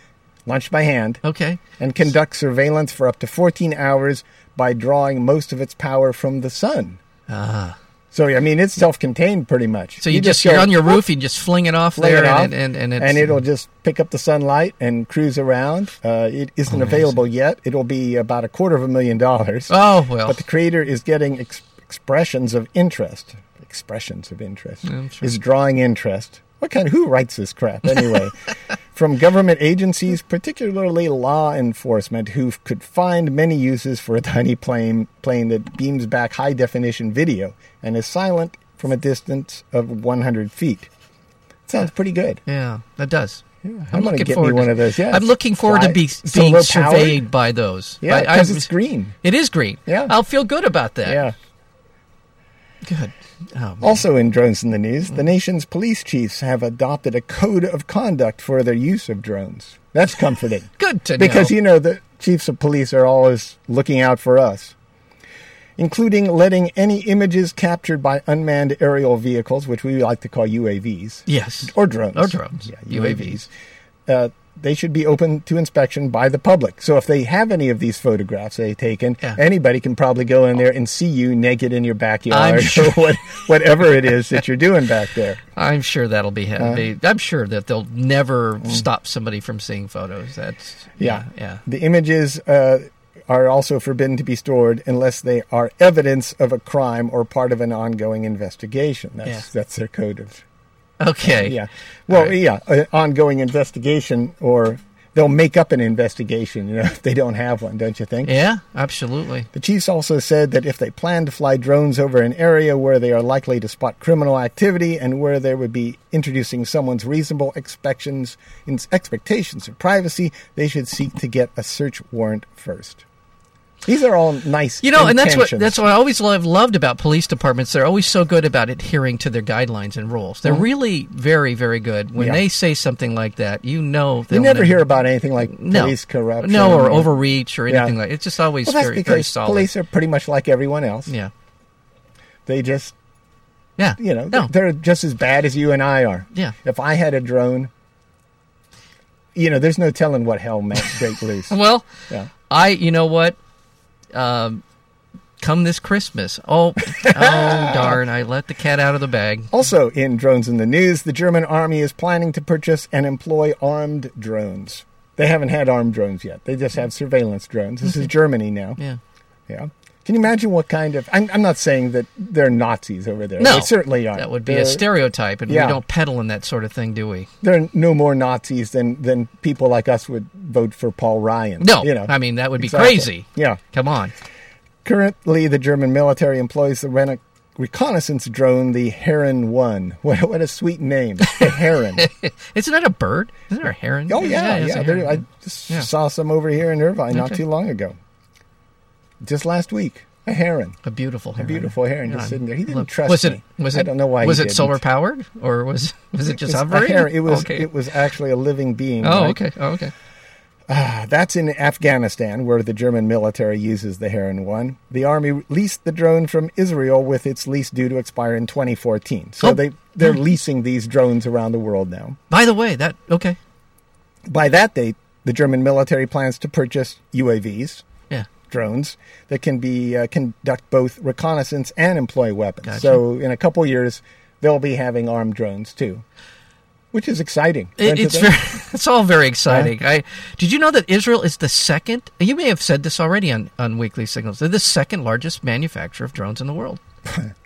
[SPEAKER 1] launched by hand,
[SPEAKER 2] Okay.
[SPEAKER 1] and conduct surveillance for up to 14 hours by drawing most of its power from the sun. So, I mean, it's self contained pretty much.
[SPEAKER 2] Ah. So you, just, you're
[SPEAKER 1] go,
[SPEAKER 2] on your roof, you just fling it off
[SPEAKER 1] Lay
[SPEAKER 2] there,
[SPEAKER 1] it off,
[SPEAKER 2] and, and, and, it's,
[SPEAKER 1] it'll just pick up the sunlight and cruise around. Uh, it isn't available yet. It'll be about a quarter of a million dollars.
[SPEAKER 2] oh well.
[SPEAKER 1] But the creator is getting ex- expressions of interest. Expressions of interest
[SPEAKER 2] I'm sure.
[SPEAKER 1] is drawing interest. What kind? Who writes this crap anyway? From government agencies, particularly law enforcement, who could find many uses for a tiny plane plane that beams back high definition video and is silent from a distance of 100 feet. Sounds pretty good.
[SPEAKER 2] yeah, that does.
[SPEAKER 1] I'm gonna
[SPEAKER 2] looking
[SPEAKER 1] get me
[SPEAKER 2] forward
[SPEAKER 1] one
[SPEAKER 2] to-
[SPEAKER 1] of those, yes.
[SPEAKER 2] I'm looking forward
[SPEAKER 1] Fly-
[SPEAKER 2] to be,
[SPEAKER 1] so
[SPEAKER 2] being
[SPEAKER 1] low-powered.
[SPEAKER 2] surveyed by those.
[SPEAKER 1] Yeah,
[SPEAKER 2] I- I-
[SPEAKER 1] because it's green.
[SPEAKER 2] It is green.
[SPEAKER 1] Yeah.
[SPEAKER 2] I'll feel good about that.
[SPEAKER 1] Yeah.
[SPEAKER 2] Good. Oh, man.
[SPEAKER 1] Also in drones in the news, the nation's police chiefs have adopted a code of conduct for their use of drones. That's comforting.
[SPEAKER 2] Good to know.
[SPEAKER 1] because you know the chiefs of police are always looking out for us, including letting any images captured by unmanned aerial vehicles, which we like to call UAVs
[SPEAKER 2] yes.
[SPEAKER 1] or drones,
[SPEAKER 2] Or drones.
[SPEAKER 1] yeah,
[SPEAKER 2] UAVs.
[SPEAKER 1] UAVs, uh, they should be open to inspection by the public. So if they have any of these photographs they've taken,
[SPEAKER 2] Yeah.
[SPEAKER 1] anybody can probably go in there and see you naked in your
[SPEAKER 2] I'm
[SPEAKER 1] backyard
[SPEAKER 2] sure.
[SPEAKER 1] or what, whatever it is that you're doing back there.
[SPEAKER 2] I'm sure that'll be.
[SPEAKER 1] Uh-huh.
[SPEAKER 2] ha- be- I'm sure that they'll never stop somebody from seeing photos. That's
[SPEAKER 1] Mm. Yeah.
[SPEAKER 2] yeah.
[SPEAKER 1] The images uh, are also forbidden to be stored unless they are evidence of a crime or part of an ongoing investigation. That's that's their code of
[SPEAKER 2] Okay.
[SPEAKER 1] yeah. Well,
[SPEAKER 2] right.
[SPEAKER 1] yeah, an ongoing investigation or they'll make up an investigation, you know, if they don't have one, don't you think?
[SPEAKER 2] Yeah. Absolutely.
[SPEAKER 1] The chiefs also said that if they plan to fly drones over an area where they are likely to spot criminal activity and where there would be introducing someone's reasonable expectations, expectations of privacy, they should seek to get a search warrant first. These are all nice.
[SPEAKER 2] You know, and that's what
[SPEAKER 1] intentions.
[SPEAKER 2] that's what I always love, loved about police departments. They're always so good about adhering to their guidelines and rules. They're really very, very good. When
[SPEAKER 1] Mm-hmm. Yeah.
[SPEAKER 2] they say something like that, you know,
[SPEAKER 1] you
[SPEAKER 2] they'll
[SPEAKER 1] never
[SPEAKER 2] never-
[SPEAKER 1] hear about anything like
[SPEAKER 2] no
[SPEAKER 1] police corruption,
[SPEAKER 2] no, or overreach, or
[SPEAKER 1] Yeah.
[SPEAKER 2] anything like. It's just always
[SPEAKER 1] Well, that's
[SPEAKER 2] very, very
[SPEAKER 1] because
[SPEAKER 2] solid.
[SPEAKER 1] police are pretty much like everyone else.
[SPEAKER 2] yeah,
[SPEAKER 1] They just
[SPEAKER 2] yeah,
[SPEAKER 1] you know,
[SPEAKER 2] no,
[SPEAKER 1] they're just as bad as you and I are.
[SPEAKER 2] Yeah.
[SPEAKER 1] If I had a drone, you know, there's no telling what hell might break loose.
[SPEAKER 2] well,
[SPEAKER 1] Yeah.
[SPEAKER 2] I, you know what? Um, come this Christmas. Oh, oh darn! I let the cat out of the bag.
[SPEAKER 1] Also, in drones in the news, the German army is planning to purchase and employ armed drones. They haven't had armed drones yet. They just have surveillance drones. This is Germany now.
[SPEAKER 2] Yeah.
[SPEAKER 1] Yeah. Can you imagine what kind of? I'm, I'm not saying that they're Nazis over there.
[SPEAKER 2] No,
[SPEAKER 1] they certainly aren't.
[SPEAKER 2] That would be
[SPEAKER 1] They're-
[SPEAKER 2] a stereotype, and
[SPEAKER 1] Uh, Yeah.
[SPEAKER 2] we don't peddle in that sort of thing, do we?
[SPEAKER 1] They're no more Nazis than than people like us would vote for Paul Ryan.
[SPEAKER 2] No,
[SPEAKER 1] you know,
[SPEAKER 2] I mean that would be
[SPEAKER 1] Exactly.
[SPEAKER 2] crazy.
[SPEAKER 1] Yeah.
[SPEAKER 2] Come on.
[SPEAKER 1] Currently, the German military employs the rena- reconnaissance drone, the Heron 1. What, what a sweet name, the Heron.
[SPEAKER 2] Isn't that a bird? Isn't there a heron?
[SPEAKER 1] oh, yeah, yeah.
[SPEAKER 2] it's a
[SPEAKER 1] there-
[SPEAKER 2] heron.
[SPEAKER 1] I just
[SPEAKER 2] Yeah.
[SPEAKER 1] saw some over here in Irvine not
[SPEAKER 2] Okay.
[SPEAKER 1] too long ago. Just last week, a heron.
[SPEAKER 2] a beautiful heron.
[SPEAKER 1] beautiful heron just
[SPEAKER 2] Yeah,
[SPEAKER 1] sitting there. He didn't
[SPEAKER 2] love-
[SPEAKER 1] trust
[SPEAKER 2] was
[SPEAKER 1] me.
[SPEAKER 2] it, Was it?
[SPEAKER 1] I don't know why
[SPEAKER 2] Was
[SPEAKER 1] he
[SPEAKER 2] it
[SPEAKER 1] didn't.
[SPEAKER 2] solar powered, or was was it just
[SPEAKER 1] It's a
[SPEAKER 2] hovering?
[SPEAKER 1] heron. It was.
[SPEAKER 2] Okay.
[SPEAKER 1] It was actually a living being. right?
[SPEAKER 2] oh,
[SPEAKER 1] Uh,
[SPEAKER 2] okay. Oh, okay.
[SPEAKER 1] That's in Afghanistan, where the German military uses the Heron 1. The army leased the drone from Israel with its lease due to expire in 2014. So
[SPEAKER 2] Oh.
[SPEAKER 1] they, they're leasing these drones around the world now.
[SPEAKER 2] By the way, that okay.
[SPEAKER 1] By that date, the German military plans to purchase UAVs,
[SPEAKER 2] Yeah.
[SPEAKER 1] drones, that can be uh, conduct both reconnaissance and employ weapons.
[SPEAKER 2] Gotcha.
[SPEAKER 1] So in a couple years, they'll be having armed drones too, which is exciting. don't
[SPEAKER 2] It,
[SPEAKER 1] you
[SPEAKER 2] it's
[SPEAKER 1] think?
[SPEAKER 2] very, it's all very exciting. I did you know that Israel is the second? You may have said this already on on Weekly Signals. They're the second largest manufacturer of drones in the world.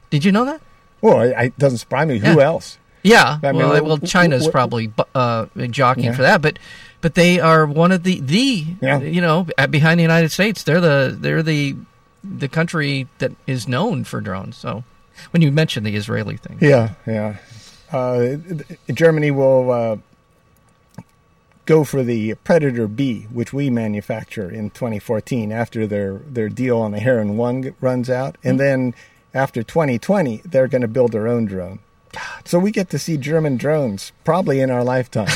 [SPEAKER 2] did you know that?
[SPEAKER 1] well, it it doesesn't surprise me. Who
[SPEAKER 2] Yeah.
[SPEAKER 1] else?
[SPEAKER 2] Yeah,
[SPEAKER 1] I mean, uh,
[SPEAKER 2] well,
[SPEAKER 1] wh-
[SPEAKER 2] well,
[SPEAKER 1] wh-
[SPEAKER 2] China's
[SPEAKER 1] wh-
[SPEAKER 2] probably bu- uh, jockeying
[SPEAKER 1] Yeah.
[SPEAKER 2] for that, but but they are one of the the
[SPEAKER 1] Yeah.
[SPEAKER 2] you know at- behind the United States. They're the they're the the country that is known for drones. So when you mention the Israeli thing,
[SPEAKER 1] Yeah, yeah. Uh, th- Germany will uh, go for the Predator B, which we manufacture in 2014 after their, their deal on the Heron 1 g- runs out. And
[SPEAKER 2] Mm-hmm.
[SPEAKER 1] then after 2020, they're going to build their own drone. So we get to see German drones probably in our lifetime.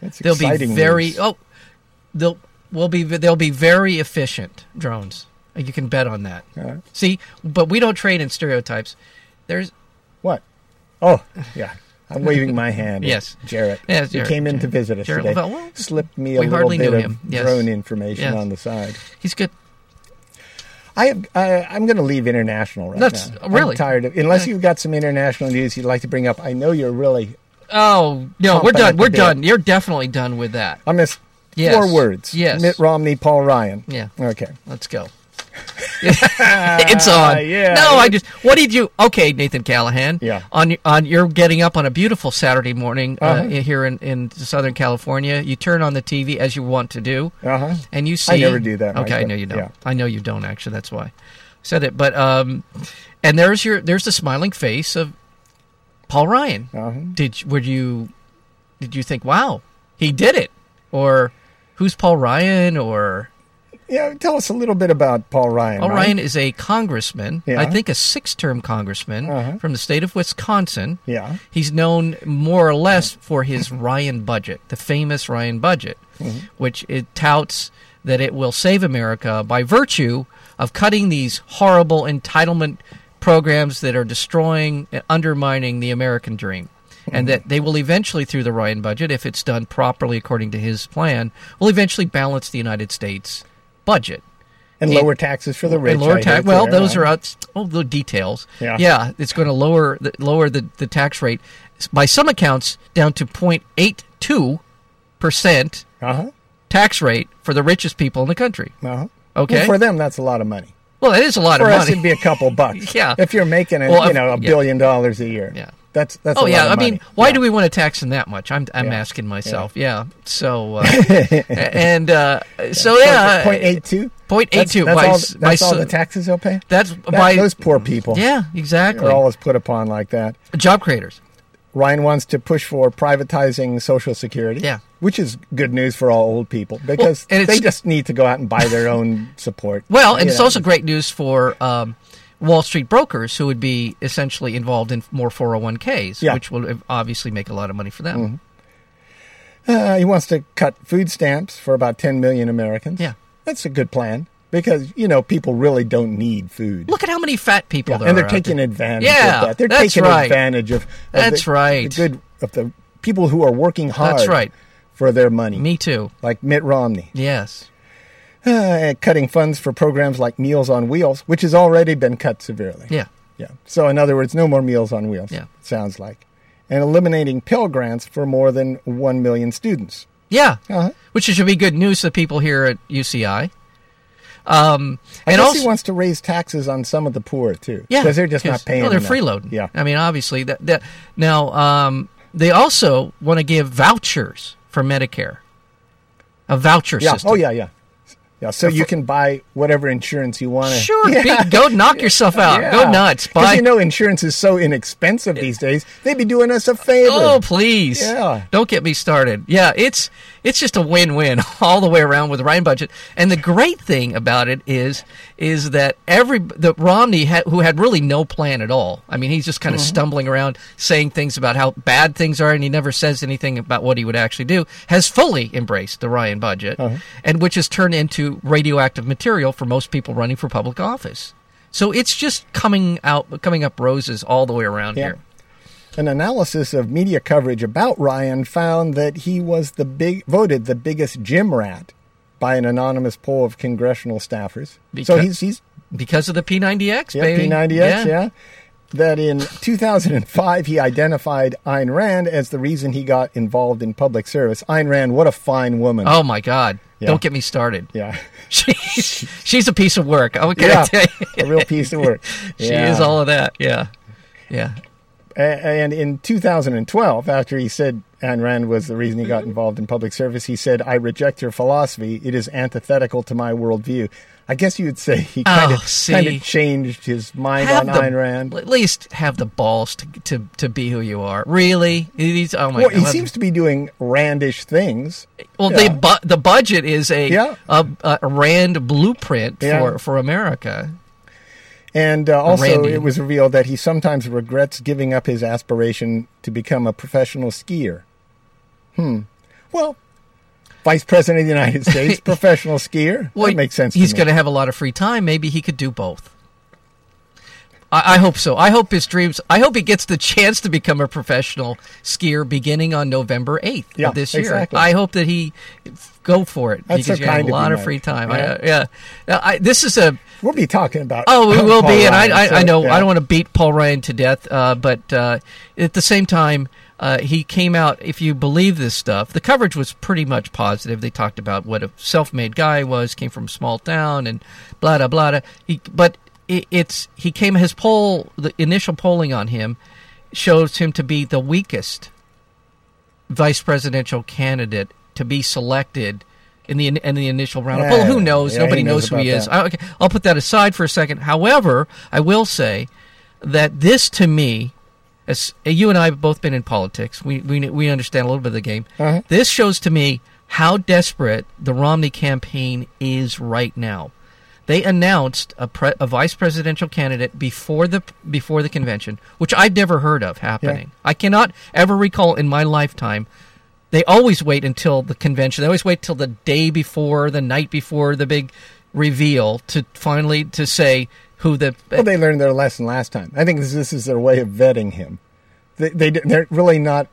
[SPEAKER 1] That's
[SPEAKER 2] they'll
[SPEAKER 1] exciting
[SPEAKER 2] be very
[SPEAKER 1] news.
[SPEAKER 2] oh they'll will be they'll be very efficient drones. Uh, You can bet on that.
[SPEAKER 1] Yeah.
[SPEAKER 2] See, but we don't trade in stereotypes. There's
[SPEAKER 1] What? Oh, yeah. I'm waving my hand. at
[SPEAKER 2] Yes.
[SPEAKER 1] Jarrett.
[SPEAKER 2] Yes,
[SPEAKER 1] He
[SPEAKER 2] Jarrett,
[SPEAKER 1] came in to
[SPEAKER 2] Jarrett.
[SPEAKER 1] visit us
[SPEAKER 2] Jarrett
[SPEAKER 1] today.
[SPEAKER 2] Lavelle. Well,
[SPEAKER 1] Slipped me a
[SPEAKER 2] we
[SPEAKER 1] little
[SPEAKER 2] hardly
[SPEAKER 1] bit
[SPEAKER 2] knew
[SPEAKER 1] of
[SPEAKER 2] him. Yes.
[SPEAKER 1] drone information
[SPEAKER 2] Yes.
[SPEAKER 1] on the side.
[SPEAKER 2] he's good.
[SPEAKER 1] I have, I, I'm going to leave international right
[SPEAKER 2] That's-
[SPEAKER 1] now.
[SPEAKER 2] really?
[SPEAKER 1] I'm tired of unless you've got some international news you'd like to bring up. I know you're really.
[SPEAKER 2] Oh no, we're
[SPEAKER 1] Competent
[SPEAKER 2] done. We're
[SPEAKER 1] to do
[SPEAKER 2] done. You're definitely done with that.
[SPEAKER 1] I miss
[SPEAKER 2] Yes.
[SPEAKER 1] four words.
[SPEAKER 2] Yes.
[SPEAKER 1] Mitt Romney, Paul Ryan.
[SPEAKER 2] Yeah.
[SPEAKER 1] Okay.
[SPEAKER 2] Let's go. it's on.
[SPEAKER 1] Ah, yeah.
[SPEAKER 2] No, I just. What did you? Okay, Nathan Callahan.
[SPEAKER 1] Yeah.
[SPEAKER 2] On on you're getting up on a beautiful Saturday morning uh,
[SPEAKER 1] Uh-huh.
[SPEAKER 2] here in in Southern California. You turn on the TV as you want to do,
[SPEAKER 1] Uh huh.
[SPEAKER 2] and you see.
[SPEAKER 1] I never do that,
[SPEAKER 2] Okay,
[SPEAKER 1] Mike,
[SPEAKER 2] I
[SPEAKER 1] but-
[SPEAKER 2] know you don't.
[SPEAKER 1] yeah.
[SPEAKER 2] I know you don't actually. That's why I said it. But um, and there's your there's the smiling face of Paul Ryan.
[SPEAKER 1] Uh-huh.
[SPEAKER 2] Did were you did you think wow he did it or who's Paul Ryan or
[SPEAKER 1] Yeah. Tell us a little bit about Paul Ryan.
[SPEAKER 2] Paul
[SPEAKER 1] Mike.
[SPEAKER 2] Ryan is a congressman,
[SPEAKER 1] Yeah.
[SPEAKER 2] I think a six term congressman
[SPEAKER 1] Uh-huh.
[SPEAKER 2] from the state of Wisconsin.
[SPEAKER 1] Yeah.
[SPEAKER 2] He's known more or less for his Ryan budget, the famous Ryan budget,
[SPEAKER 1] Mm-hmm.
[SPEAKER 2] which it touts that it will save America by virtue of cutting these horrible entitlement programs that are destroying and undermining the American dream. and
[SPEAKER 1] Mm-hmm.
[SPEAKER 2] that they will eventually, through the Ryan budget, if it's done properly according to his plan, will eventually balance the United States budget.
[SPEAKER 1] and lower taxes for the rich.
[SPEAKER 2] And lower
[SPEAKER 1] I
[SPEAKER 2] tax.
[SPEAKER 1] hear
[SPEAKER 2] Well,
[SPEAKER 1] too,
[SPEAKER 2] those
[SPEAKER 1] huh?
[SPEAKER 2] are out. Oh, the details.
[SPEAKER 1] Yeah.
[SPEAKER 2] it's going to lower the, lower the, the tax rate by some accounts down to 0.82 percent
[SPEAKER 1] Uh-huh.
[SPEAKER 2] tax rate for the richest people in the country.
[SPEAKER 1] Uh-huh.
[SPEAKER 2] Okay.
[SPEAKER 1] Well, for them, that's a lot of money.
[SPEAKER 2] Well, that is a lot
[SPEAKER 1] For
[SPEAKER 2] of
[SPEAKER 1] us,
[SPEAKER 2] money.
[SPEAKER 1] it'd be a couple bucks.
[SPEAKER 2] Yeah.
[SPEAKER 1] If you're making, a,
[SPEAKER 2] Well,
[SPEAKER 1] you
[SPEAKER 2] if-
[SPEAKER 1] know, a
[SPEAKER 2] yeah.
[SPEAKER 1] billion dollars a year.
[SPEAKER 2] Yeah.
[SPEAKER 1] That's that's.
[SPEAKER 2] Oh
[SPEAKER 1] a
[SPEAKER 2] yeah,
[SPEAKER 1] lot
[SPEAKER 2] I
[SPEAKER 1] of
[SPEAKER 2] mean,
[SPEAKER 1] money.
[SPEAKER 2] why
[SPEAKER 1] Yeah.
[SPEAKER 2] do we want to tax them that much? I'm I'm
[SPEAKER 1] Yeah.
[SPEAKER 2] asking myself. Yeah. So uh, and uh, so yeah,
[SPEAKER 1] Point eight two.
[SPEAKER 2] Point uh,
[SPEAKER 1] That's,
[SPEAKER 2] eight two.
[SPEAKER 1] that's
[SPEAKER 2] by
[SPEAKER 1] all,
[SPEAKER 2] s- by
[SPEAKER 1] that's all
[SPEAKER 2] s-
[SPEAKER 1] the taxes they'll pay.
[SPEAKER 2] That's
[SPEAKER 1] That-
[SPEAKER 2] by
[SPEAKER 1] those poor people
[SPEAKER 2] yeah, exactly.
[SPEAKER 1] are always put upon like that.
[SPEAKER 2] Job creators.
[SPEAKER 1] Ryan wants to push for privatizing Social Security.
[SPEAKER 2] Yeah.
[SPEAKER 1] Which is good news for all old people because
[SPEAKER 2] and it's-
[SPEAKER 1] they just need to go out and buy their own support.
[SPEAKER 2] Well, and
[SPEAKER 1] You
[SPEAKER 2] it's
[SPEAKER 1] know.
[SPEAKER 2] also great news for um, Wall Street brokers who would be essentially involved in more 401ks,
[SPEAKER 1] Yeah. Mm-hmm.
[SPEAKER 2] which will obviously make a lot of money for them.
[SPEAKER 1] Uh, he wants to cut food stamps for about 10 million Americans.
[SPEAKER 2] Yeah.
[SPEAKER 1] That's a good plan because, you know, people really don't need food.
[SPEAKER 2] Look at how many fat people there
[SPEAKER 1] and
[SPEAKER 2] are
[SPEAKER 1] they're
[SPEAKER 2] out
[SPEAKER 1] taking
[SPEAKER 2] there.
[SPEAKER 1] advantage
[SPEAKER 2] Yeah,
[SPEAKER 1] of that. They're
[SPEAKER 2] that's
[SPEAKER 1] taking
[SPEAKER 2] right.
[SPEAKER 1] advantage of, of
[SPEAKER 2] That's
[SPEAKER 1] the,
[SPEAKER 2] right.
[SPEAKER 1] the good of the people who are working hard
[SPEAKER 2] That's right.
[SPEAKER 1] for their money.
[SPEAKER 2] Me too.
[SPEAKER 1] like Mitt Romney.
[SPEAKER 2] Yes.
[SPEAKER 1] Uh, cutting funds for programs like Meals on Wheels, which has already been cut severely.
[SPEAKER 2] Yeah.
[SPEAKER 1] Yeah. So, in other words, no more Meals on Wheels,
[SPEAKER 2] Yeah.
[SPEAKER 1] it sounds like. And eliminating Pell Grants for more than 1 million students.
[SPEAKER 2] Yeah.
[SPEAKER 1] Uh-huh.
[SPEAKER 2] Which should be good news to people here at UCI. Um,
[SPEAKER 1] I
[SPEAKER 2] and
[SPEAKER 1] guess
[SPEAKER 2] also,
[SPEAKER 1] he wants to raise taxes on some of the poor too.
[SPEAKER 2] yeah,
[SPEAKER 1] because they're just not
[SPEAKER 2] 'cause-
[SPEAKER 1] paying.
[SPEAKER 2] No, they're
[SPEAKER 1] enough.
[SPEAKER 2] freeloading.
[SPEAKER 1] Yeah,
[SPEAKER 2] I mean, obviously that. that now, um, they also want to give vouchers for Medicare. A voucher
[SPEAKER 1] yeah.
[SPEAKER 2] system.
[SPEAKER 1] Oh yeah, yeah, yeah. So you can buy whatever insurance you want. to.
[SPEAKER 2] Sure, be- go knock yourself out. Ah, Go nuts. Buy.
[SPEAKER 1] Because you know insurance is so inexpensive these days. They'd be doing us a favor.
[SPEAKER 2] oh, please.
[SPEAKER 1] Yeah.
[SPEAKER 2] Don't get me started. Yeah, it's it's just a win-win all the way around with the Ryan budget. And the great thing about it is is that every the Romney had, who had really no plan at all. I mean, he's just
[SPEAKER 1] Mm-hmm.
[SPEAKER 2] kind of stumbling around saying things about how bad things are and he never says anything about what he would actually do has fully embraced the Ryan budget
[SPEAKER 1] Uh-huh.
[SPEAKER 2] and which has turned into radioactive material for most people running for public office. So it's just coming out coming up roses all the way around
[SPEAKER 1] Yeah.
[SPEAKER 2] here.
[SPEAKER 1] An analysis of media coverage about Ryan found that he was the big voted the biggest gym rat by an anonymous poll of congressional staffers. so
[SPEAKER 2] Because-
[SPEAKER 1] he's he's
[SPEAKER 2] Because of the P90X,
[SPEAKER 1] Yeah,
[SPEAKER 2] baby.
[SPEAKER 1] P90X, yeah. That in 2005, he identified Ayn Rand as the reason he got involved in public service. Ayn Rand, what a fine woman.
[SPEAKER 2] Oh my God!
[SPEAKER 1] Yeah.
[SPEAKER 2] Don't get me started.
[SPEAKER 1] Yeah.
[SPEAKER 2] She's she's a piece of work. Okay,
[SPEAKER 1] Yeah.
[SPEAKER 2] I tell you.
[SPEAKER 1] a real piece of work.
[SPEAKER 2] she
[SPEAKER 1] Yeah.
[SPEAKER 2] is all of that. Yeah, yeah.
[SPEAKER 1] A- And in 2012, after he said Ayn Rand was the reason he
[SPEAKER 2] Mm-hmm.
[SPEAKER 1] got involved in public service, he said, I reject your philosophy. It is antithetical to my worldview. I guess you would say he kind
[SPEAKER 2] Oh,
[SPEAKER 1] of
[SPEAKER 2] see.
[SPEAKER 1] kind of changed his mind on Ayn Rand.
[SPEAKER 2] at least have the balls to to, to be who you are. Really? These, oh my
[SPEAKER 1] Well,
[SPEAKER 2] God!
[SPEAKER 1] he seems to be doing Randish things.
[SPEAKER 2] well,
[SPEAKER 1] yeah.
[SPEAKER 2] the bu- the budget is a,
[SPEAKER 1] Yeah.
[SPEAKER 2] a, a Rand blueprint
[SPEAKER 1] Yeah.
[SPEAKER 2] for for America.
[SPEAKER 1] And uh, also,
[SPEAKER 2] Randy.
[SPEAKER 1] it was revealed that he sometimes regrets giving up his aspiration to become a professional skier. Hmm. Well, Vice President of the United States, professional skier. that makes sense.
[SPEAKER 2] He's
[SPEAKER 1] to me.
[SPEAKER 2] going to have a lot of free time. Maybe he could do both. I, I hope so. I hope his dreams. I hope he gets the chance to become a professional skier beginning on November eighth
[SPEAKER 1] Yeah,
[SPEAKER 2] of this year.
[SPEAKER 1] exactly.
[SPEAKER 2] I hope that he f- go for it
[SPEAKER 1] That's
[SPEAKER 2] because
[SPEAKER 1] so
[SPEAKER 2] you have
[SPEAKER 1] kind
[SPEAKER 2] a
[SPEAKER 1] of
[SPEAKER 2] lot
[SPEAKER 1] you,
[SPEAKER 2] of
[SPEAKER 1] Mike.
[SPEAKER 2] free time.
[SPEAKER 1] Yeah.
[SPEAKER 2] I, uh, yeah. Now, I, this is a.
[SPEAKER 1] We'll be talking about.
[SPEAKER 2] Oh, we will
[SPEAKER 1] Paul
[SPEAKER 2] be, and
[SPEAKER 1] Ryan,
[SPEAKER 2] I,
[SPEAKER 1] so,
[SPEAKER 2] I, I know
[SPEAKER 1] yeah.
[SPEAKER 2] I don't want to beat Paul Ryan to death, uh, but uh, at the same time, uh, he came out. If you believe this stuff, the coverage was pretty much positive. They talked about what a self-made guy was, came from a small town, and blah blah blah. blah. He, but it, it's he came his poll, the initial polling on him shows him to be the weakest vice presidential candidate to be selected in the in the initial round of
[SPEAKER 1] Yeah,
[SPEAKER 2] poll. Who knows?
[SPEAKER 1] yeah, he
[SPEAKER 2] Nobody
[SPEAKER 1] knows
[SPEAKER 2] knows, who he
[SPEAKER 1] about
[SPEAKER 2] is.
[SPEAKER 1] that.
[SPEAKER 2] I, okay, I'll put that aside for a second. However, I will say that this to me, as uh, you and I have both been in politics, we we, we understand a little bit of the game.
[SPEAKER 1] Uh-huh.
[SPEAKER 2] This shows to me how desperate the Romney campaign is right now. They announced a, pre- a vice presidential candidate before the before the convention, which I've never heard of happening. I cannot ever recall in my lifetime. They always wait until the convention. They always wait till the day before, the night before the big reveal to finally to say who the
[SPEAKER 1] Well, they learned their lesson last time. I think this, this is their way of vetting him. they, they they're really not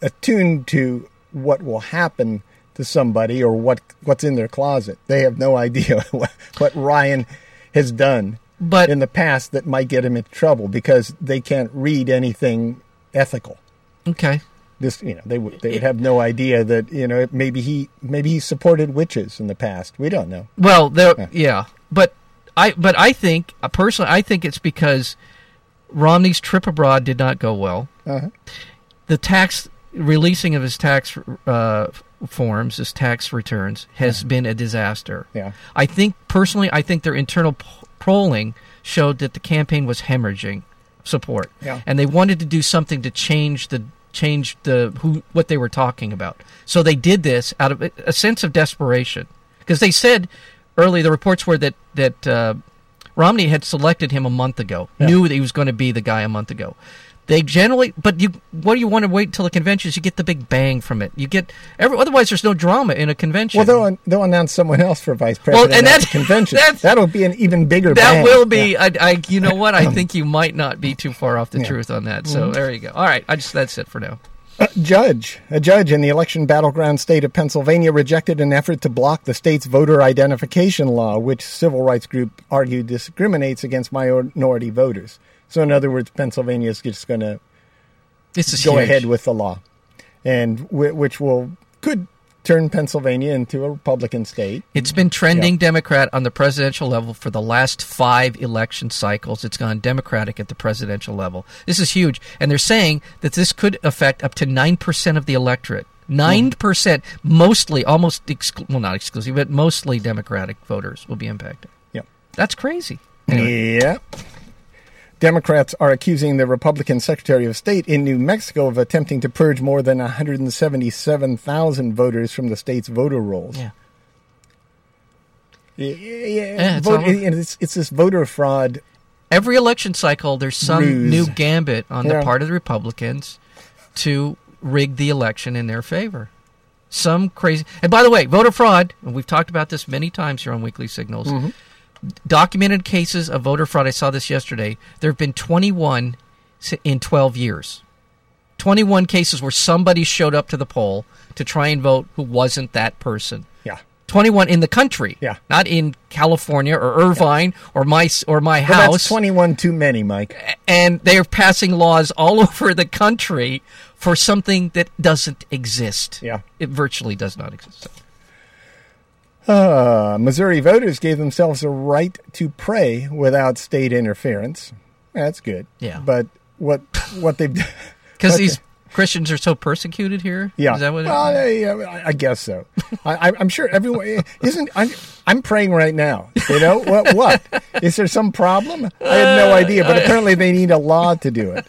[SPEAKER 1] attuned to what will happen to somebody or what what's in their closet. They have no idea what, what Ryan has done
[SPEAKER 2] But-
[SPEAKER 1] in the past that might get him into trouble because they can't read anything ethical.
[SPEAKER 2] Okay.
[SPEAKER 1] This you know they would they would have no idea that you know maybe he maybe he supported witches in the past. We don't know.
[SPEAKER 2] Well, there, yeah. but I, but I think uh, personally, I think it's because Romney's trip abroad did not go well.
[SPEAKER 1] Uh-huh.
[SPEAKER 2] The tax releasing of his tax uh, forms, his tax returns, has been a disaster.
[SPEAKER 1] Yeah.
[SPEAKER 2] I think personally, I think their internal p- polling showed that the campaign was hemorrhaging support,
[SPEAKER 1] Yeah.
[SPEAKER 2] and they wanted to do something to change the change the who what they were talking about. So they did this out of a a sense of desperation because they said early the reports were that that uh, Romney had selected him a month ago, knew that he was going to be the guy a month ago. They generally, but you, what do you want to wait till the convention? Is you get the big bang from it. You get, every, otherwise there's no drama in a convention.
[SPEAKER 1] Well, they'll they'll announce someone else for vice president
[SPEAKER 2] and
[SPEAKER 1] at
[SPEAKER 2] that-
[SPEAKER 1] the convention.
[SPEAKER 2] that's-
[SPEAKER 1] That'll be an even bigger.
[SPEAKER 2] That
[SPEAKER 1] bang.
[SPEAKER 2] will
[SPEAKER 1] Yeah.
[SPEAKER 2] be. I, I, you know what? I think you might not be too far off the truth on that.
[SPEAKER 1] Mm-hmm.
[SPEAKER 2] So there you go. All right. I just that's it for now.
[SPEAKER 1] judge. A judge in the election battleground state of Pennsylvania rejected an effort to block the state's voter identification law, which civil rights group argued discriminates against minority voters. So, in other words, Pennsylvania is just going to
[SPEAKER 2] This is
[SPEAKER 1] go
[SPEAKER 2] huge.
[SPEAKER 1] ahead with the law, and whi- which will could turn Pennsylvania into a Republican state.
[SPEAKER 2] It's been trending Democrat on the presidential level for the last five election cycles. It's gone Democratic at the presidential level. This is huge, and they're saying that this could affect up to nine percent of the electorate. Nine percent, mostly, almost exclu- well, not exclusive, but mostly Democratic voters will be impacted.
[SPEAKER 1] Yeah.
[SPEAKER 2] That's crazy.
[SPEAKER 1] Yeah. Democrats are accusing the Republican Secretary of State in New Mexico of attempting to purge more than 177,000 voters from the state's voter rolls.
[SPEAKER 2] Yeah.
[SPEAKER 1] Yeah, yeah,
[SPEAKER 2] Yeah, it's
[SPEAKER 1] Vote-
[SPEAKER 2] all-
[SPEAKER 1] and it's, it's this voter fraud.
[SPEAKER 2] every election cycle there's some
[SPEAKER 1] Ruse.
[SPEAKER 2] new gambit on
[SPEAKER 1] Yeah.
[SPEAKER 2] the part of the republicans to rig the election in their favor some crazy and by the way voter fraud and we've talked about this many times here on weekly signals
[SPEAKER 1] Mm-hmm.
[SPEAKER 2] documented cases of voter fraud i saw this yesterday there have been 21 si- in 12 years 21 cases where somebody showed up to the poll to try and vote who wasn't that person
[SPEAKER 1] Yeah.
[SPEAKER 2] 21 in the country
[SPEAKER 1] Yeah.
[SPEAKER 2] not in california or irvine or my s- or my
[SPEAKER 1] Well, that's
[SPEAKER 2] house
[SPEAKER 1] 21 too many, Mike.
[SPEAKER 2] and they're passing laws all over the country for something that doesn't exist.
[SPEAKER 1] Yeah.
[SPEAKER 2] It virtually does not exist.
[SPEAKER 1] Uh, Missouri voters gave themselves a right to pray without state interference. That's good.
[SPEAKER 2] Yeah.
[SPEAKER 1] But what what they've
[SPEAKER 2] Because
[SPEAKER 1] what
[SPEAKER 2] these Christians are so persecuted here.
[SPEAKER 1] Yeah.
[SPEAKER 2] Is that what it-
[SPEAKER 1] well, I- I, I guess so. I, I- I'm sure everyone eh, isn't. I'm, I'm praying right now. You know what? What is there some problem? I had
[SPEAKER 2] Uh,
[SPEAKER 1] no idea, but apparently they need a law to do it.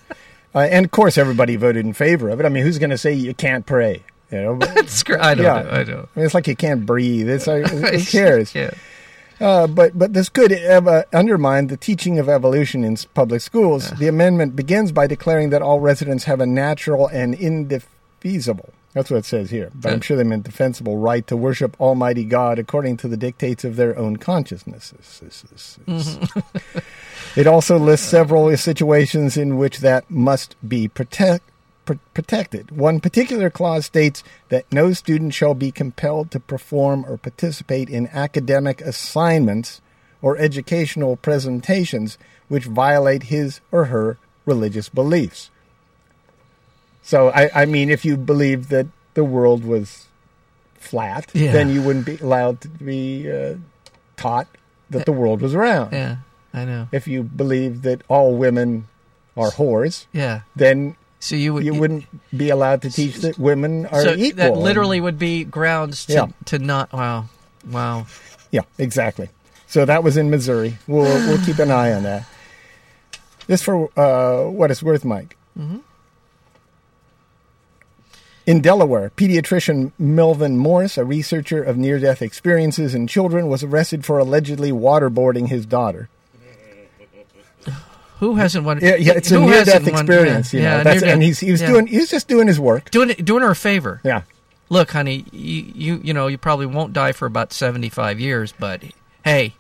[SPEAKER 1] Uh, and of course, everybody voted in favor of it. I mean, who's going to say you can't pray? You know, but-
[SPEAKER 2] It's cr- I don't
[SPEAKER 1] yeah.
[SPEAKER 2] know. I don't.
[SPEAKER 1] mean, it's like you can't breathe. It's like, who cares?
[SPEAKER 2] Yeah.
[SPEAKER 1] Uh, but but this could ev- uh, undermine the teaching of evolution in s- public schools. The amendment begins by declaring that all residents have a natural and indefeasible. That's what it says here. But I'm
[SPEAKER 2] Yeah.
[SPEAKER 1] sure they meant defensible right to worship Almighty God according to the dictates of their own consciousnesses. This- this- this. it also lists several situations in which that must be protect, pr- protected. One particular clause states that no student shall be compelled to perform or participate in academic assignments or educational presentations which violate his or her religious beliefs. So, I, I mean, if you believed that the world was flat,
[SPEAKER 2] Yeah.
[SPEAKER 1] then you wouldn't be allowed to be uh, taught that the world was round
[SPEAKER 2] Yeah. I know.
[SPEAKER 1] if you believe that all women are whores,
[SPEAKER 2] Yeah.
[SPEAKER 1] then
[SPEAKER 2] So you would.
[SPEAKER 1] you wouldn't be allowed to teach that women are
[SPEAKER 2] So
[SPEAKER 1] equal.
[SPEAKER 2] that literally would be grounds to,
[SPEAKER 1] Yeah.
[SPEAKER 2] to not. Wow. Wow.
[SPEAKER 1] yeah, exactly. So that was in Missouri. We'll we'll keep an eye on that. This for uh, what it's worth, Mike.
[SPEAKER 2] Mm-hmm.
[SPEAKER 1] In Delaware, pediatrician Melvin Morris, a researcher of near death experiences in children, was arrested for allegedly waterboarding his daughter.
[SPEAKER 2] Who hasn't won?
[SPEAKER 1] Yeah, yeah it's a
[SPEAKER 2] who
[SPEAKER 1] near death
[SPEAKER 2] hasn't won-
[SPEAKER 1] experience,
[SPEAKER 2] Yeah,
[SPEAKER 1] you know.
[SPEAKER 2] yeah,
[SPEAKER 1] that's,
[SPEAKER 2] near-death.
[SPEAKER 1] and he's, he was
[SPEAKER 2] Yeah.
[SPEAKER 1] doing he was just doing his work.
[SPEAKER 2] doing it- doing her a favor.
[SPEAKER 1] Yeah.
[SPEAKER 2] look, honey, you, you you know you probably won't die for about seventy five years, but hey,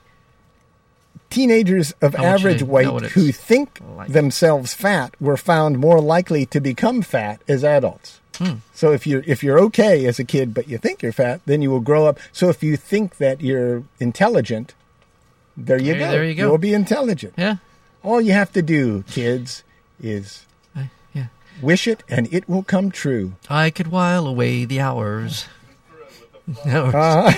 [SPEAKER 1] Teenagers of
[SPEAKER 2] I want you
[SPEAKER 1] average
[SPEAKER 2] to
[SPEAKER 1] weight
[SPEAKER 2] know what it's
[SPEAKER 1] who think
[SPEAKER 2] like.
[SPEAKER 1] themselves fat were found more likely to become fat as adults.
[SPEAKER 2] Hmm.
[SPEAKER 1] So if you're if you're okay as a kid but you think you're fat, then you will grow up. So if you think that you're intelligent, there you
[SPEAKER 2] There-
[SPEAKER 1] go.
[SPEAKER 2] there you go.
[SPEAKER 1] You'll be intelligent.
[SPEAKER 2] Yeah.
[SPEAKER 1] All you have to do, kids, is
[SPEAKER 2] I, Uh, yeah.
[SPEAKER 1] wish it and it will come true.
[SPEAKER 2] I could while away the hours. No,
[SPEAKER 1] Uh.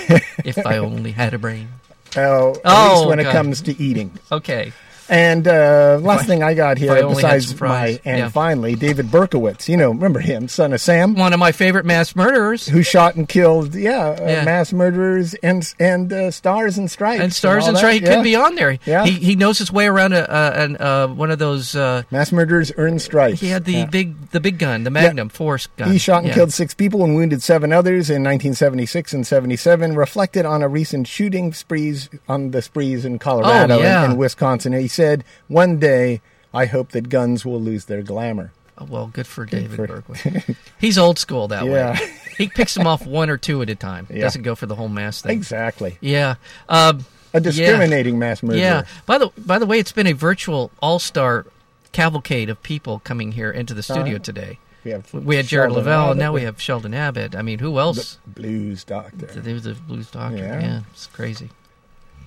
[SPEAKER 2] if I only had a brain.
[SPEAKER 1] Oh, at
[SPEAKER 2] Oh,
[SPEAKER 1] least when it
[SPEAKER 2] God.
[SPEAKER 1] comes to eating.
[SPEAKER 2] Okay.
[SPEAKER 1] And uh, last thing I got
[SPEAKER 2] I
[SPEAKER 1] here,
[SPEAKER 2] only had some
[SPEAKER 1] besides
[SPEAKER 2] fries,
[SPEAKER 1] my and
[SPEAKER 2] yeah.
[SPEAKER 1] finally David Berkowitz. You know, remember him, son of Sam,
[SPEAKER 2] One of my favorite mass murderers.
[SPEAKER 1] who shot and killed, yeah, uh,
[SPEAKER 2] Yeah.
[SPEAKER 1] mass murderers and and uh, stars and stripes
[SPEAKER 2] And stars
[SPEAKER 1] all
[SPEAKER 2] and
[SPEAKER 1] that,
[SPEAKER 2] stripes
[SPEAKER 1] yeah.
[SPEAKER 2] could be on there.
[SPEAKER 1] Yeah.
[SPEAKER 2] He, he knows his way around a, a, an, uh, one of those. Uh,
[SPEAKER 1] mass murderers earned stripes.
[SPEAKER 2] he had the
[SPEAKER 1] Yeah.
[SPEAKER 2] big the big gun, the Magnum force gun.
[SPEAKER 1] He shot and
[SPEAKER 2] Yeah.
[SPEAKER 1] killed six people and wounded seven others in 1976 and 77. Reflected on a recent shooting sprees on the sprees in Colorado
[SPEAKER 2] Oh, yeah.
[SPEAKER 1] and, and Wisconsin, he said, "One day, I hope that guns will lose their glamour."
[SPEAKER 2] Oh, well, good for David Berkowitz. He's old school that
[SPEAKER 1] Yeah.
[SPEAKER 2] way. He picks them off one or two at a time.
[SPEAKER 1] Yeah.
[SPEAKER 2] Doesn't go for the whole mass thing.
[SPEAKER 1] Exactly,
[SPEAKER 2] Yeah. Um,
[SPEAKER 1] a
[SPEAKER 2] yeah.
[SPEAKER 1] discriminating mass murderer.
[SPEAKER 2] Yeah. By the by the way, it's been a virtual all star cavalcade of people coming here into the studio today.
[SPEAKER 1] We have
[SPEAKER 2] We had Jared
[SPEAKER 1] Sheldon
[SPEAKER 2] Lavelle,
[SPEAKER 1] Abbott,
[SPEAKER 2] and now we have Sheldon Abbott. I mean, who else?
[SPEAKER 1] Blues Doctor.
[SPEAKER 2] There was a blues doctor.
[SPEAKER 1] Yeah.
[SPEAKER 2] Yeah, it's crazy.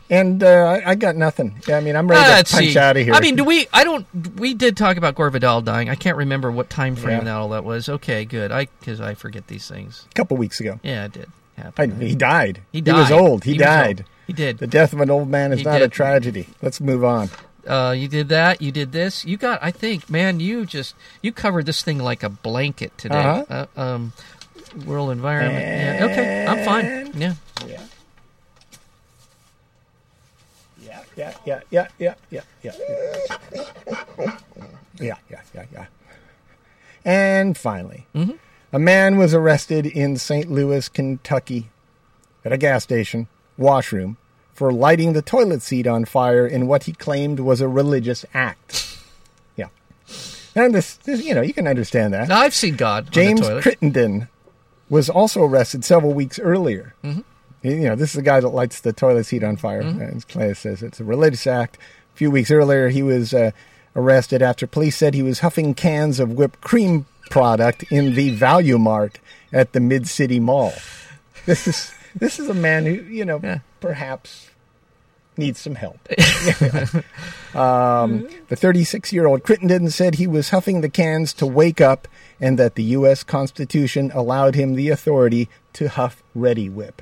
[SPEAKER 1] And uh, I- I got nothing. I mean, I'm ready
[SPEAKER 2] Ah,
[SPEAKER 1] to
[SPEAKER 2] let's
[SPEAKER 1] punch
[SPEAKER 2] see.
[SPEAKER 1] out of here.
[SPEAKER 2] I mean, do we? I don't. We did talk about Gore Vidal dying. I can't remember what time frame
[SPEAKER 1] Yeah.
[SPEAKER 2] that all that was. Okay, good. I because I forget these things.
[SPEAKER 1] a couple weeks ago,
[SPEAKER 2] Yeah, it did
[SPEAKER 1] I,
[SPEAKER 2] happen.
[SPEAKER 1] he died.
[SPEAKER 2] he died.
[SPEAKER 1] was old. He,
[SPEAKER 2] was old.
[SPEAKER 1] died.
[SPEAKER 2] He did.
[SPEAKER 1] The death of an old man is
[SPEAKER 2] He
[SPEAKER 1] not a
[SPEAKER 2] did.
[SPEAKER 1] tragedy. Let's move on.
[SPEAKER 2] uh, you did that. You did this. You got. I think, man, you just you covered this thing like a blanket today.
[SPEAKER 1] Uh-huh.
[SPEAKER 2] Uh, um, world environment. Yeah. Okay, I'm fine.
[SPEAKER 1] And-
[SPEAKER 2] Yeah.
[SPEAKER 1] Yeah. Yeah, yeah, yeah, yeah, yeah, yeah, yeah, yeah, yeah, yeah, yeah. And finally, a man was arrested in St. Louis, Kentucky, at a gas station washroom for lighting the toilet seat on fire in what he claimed was a religious act. Yeah. And this, this you know, you can understand that.
[SPEAKER 2] Now I've seen God. on
[SPEAKER 1] James
[SPEAKER 2] the toilet.
[SPEAKER 1] Crittenden was also arrested several weeks earlier.
[SPEAKER 2] Mm-hmm.
[SPEAKER 1] You know, this is the guy that lights the toilet seat on fire. As Clay says, it's a religious act. A few weeks earlier, he was uh, arrested after police said he was huffing cans of whipped cream product in the Value Mart at the Mid City Mall. This is this is a man who you know
[SPEAKER 2] Yeah.
[SPEAKER 1] perhaps needs some help. Um, the 36 year old Crittenden said he was huffing the cans to wake up and that the U.S. Constitution allowed him the authority to huff Ready Whip.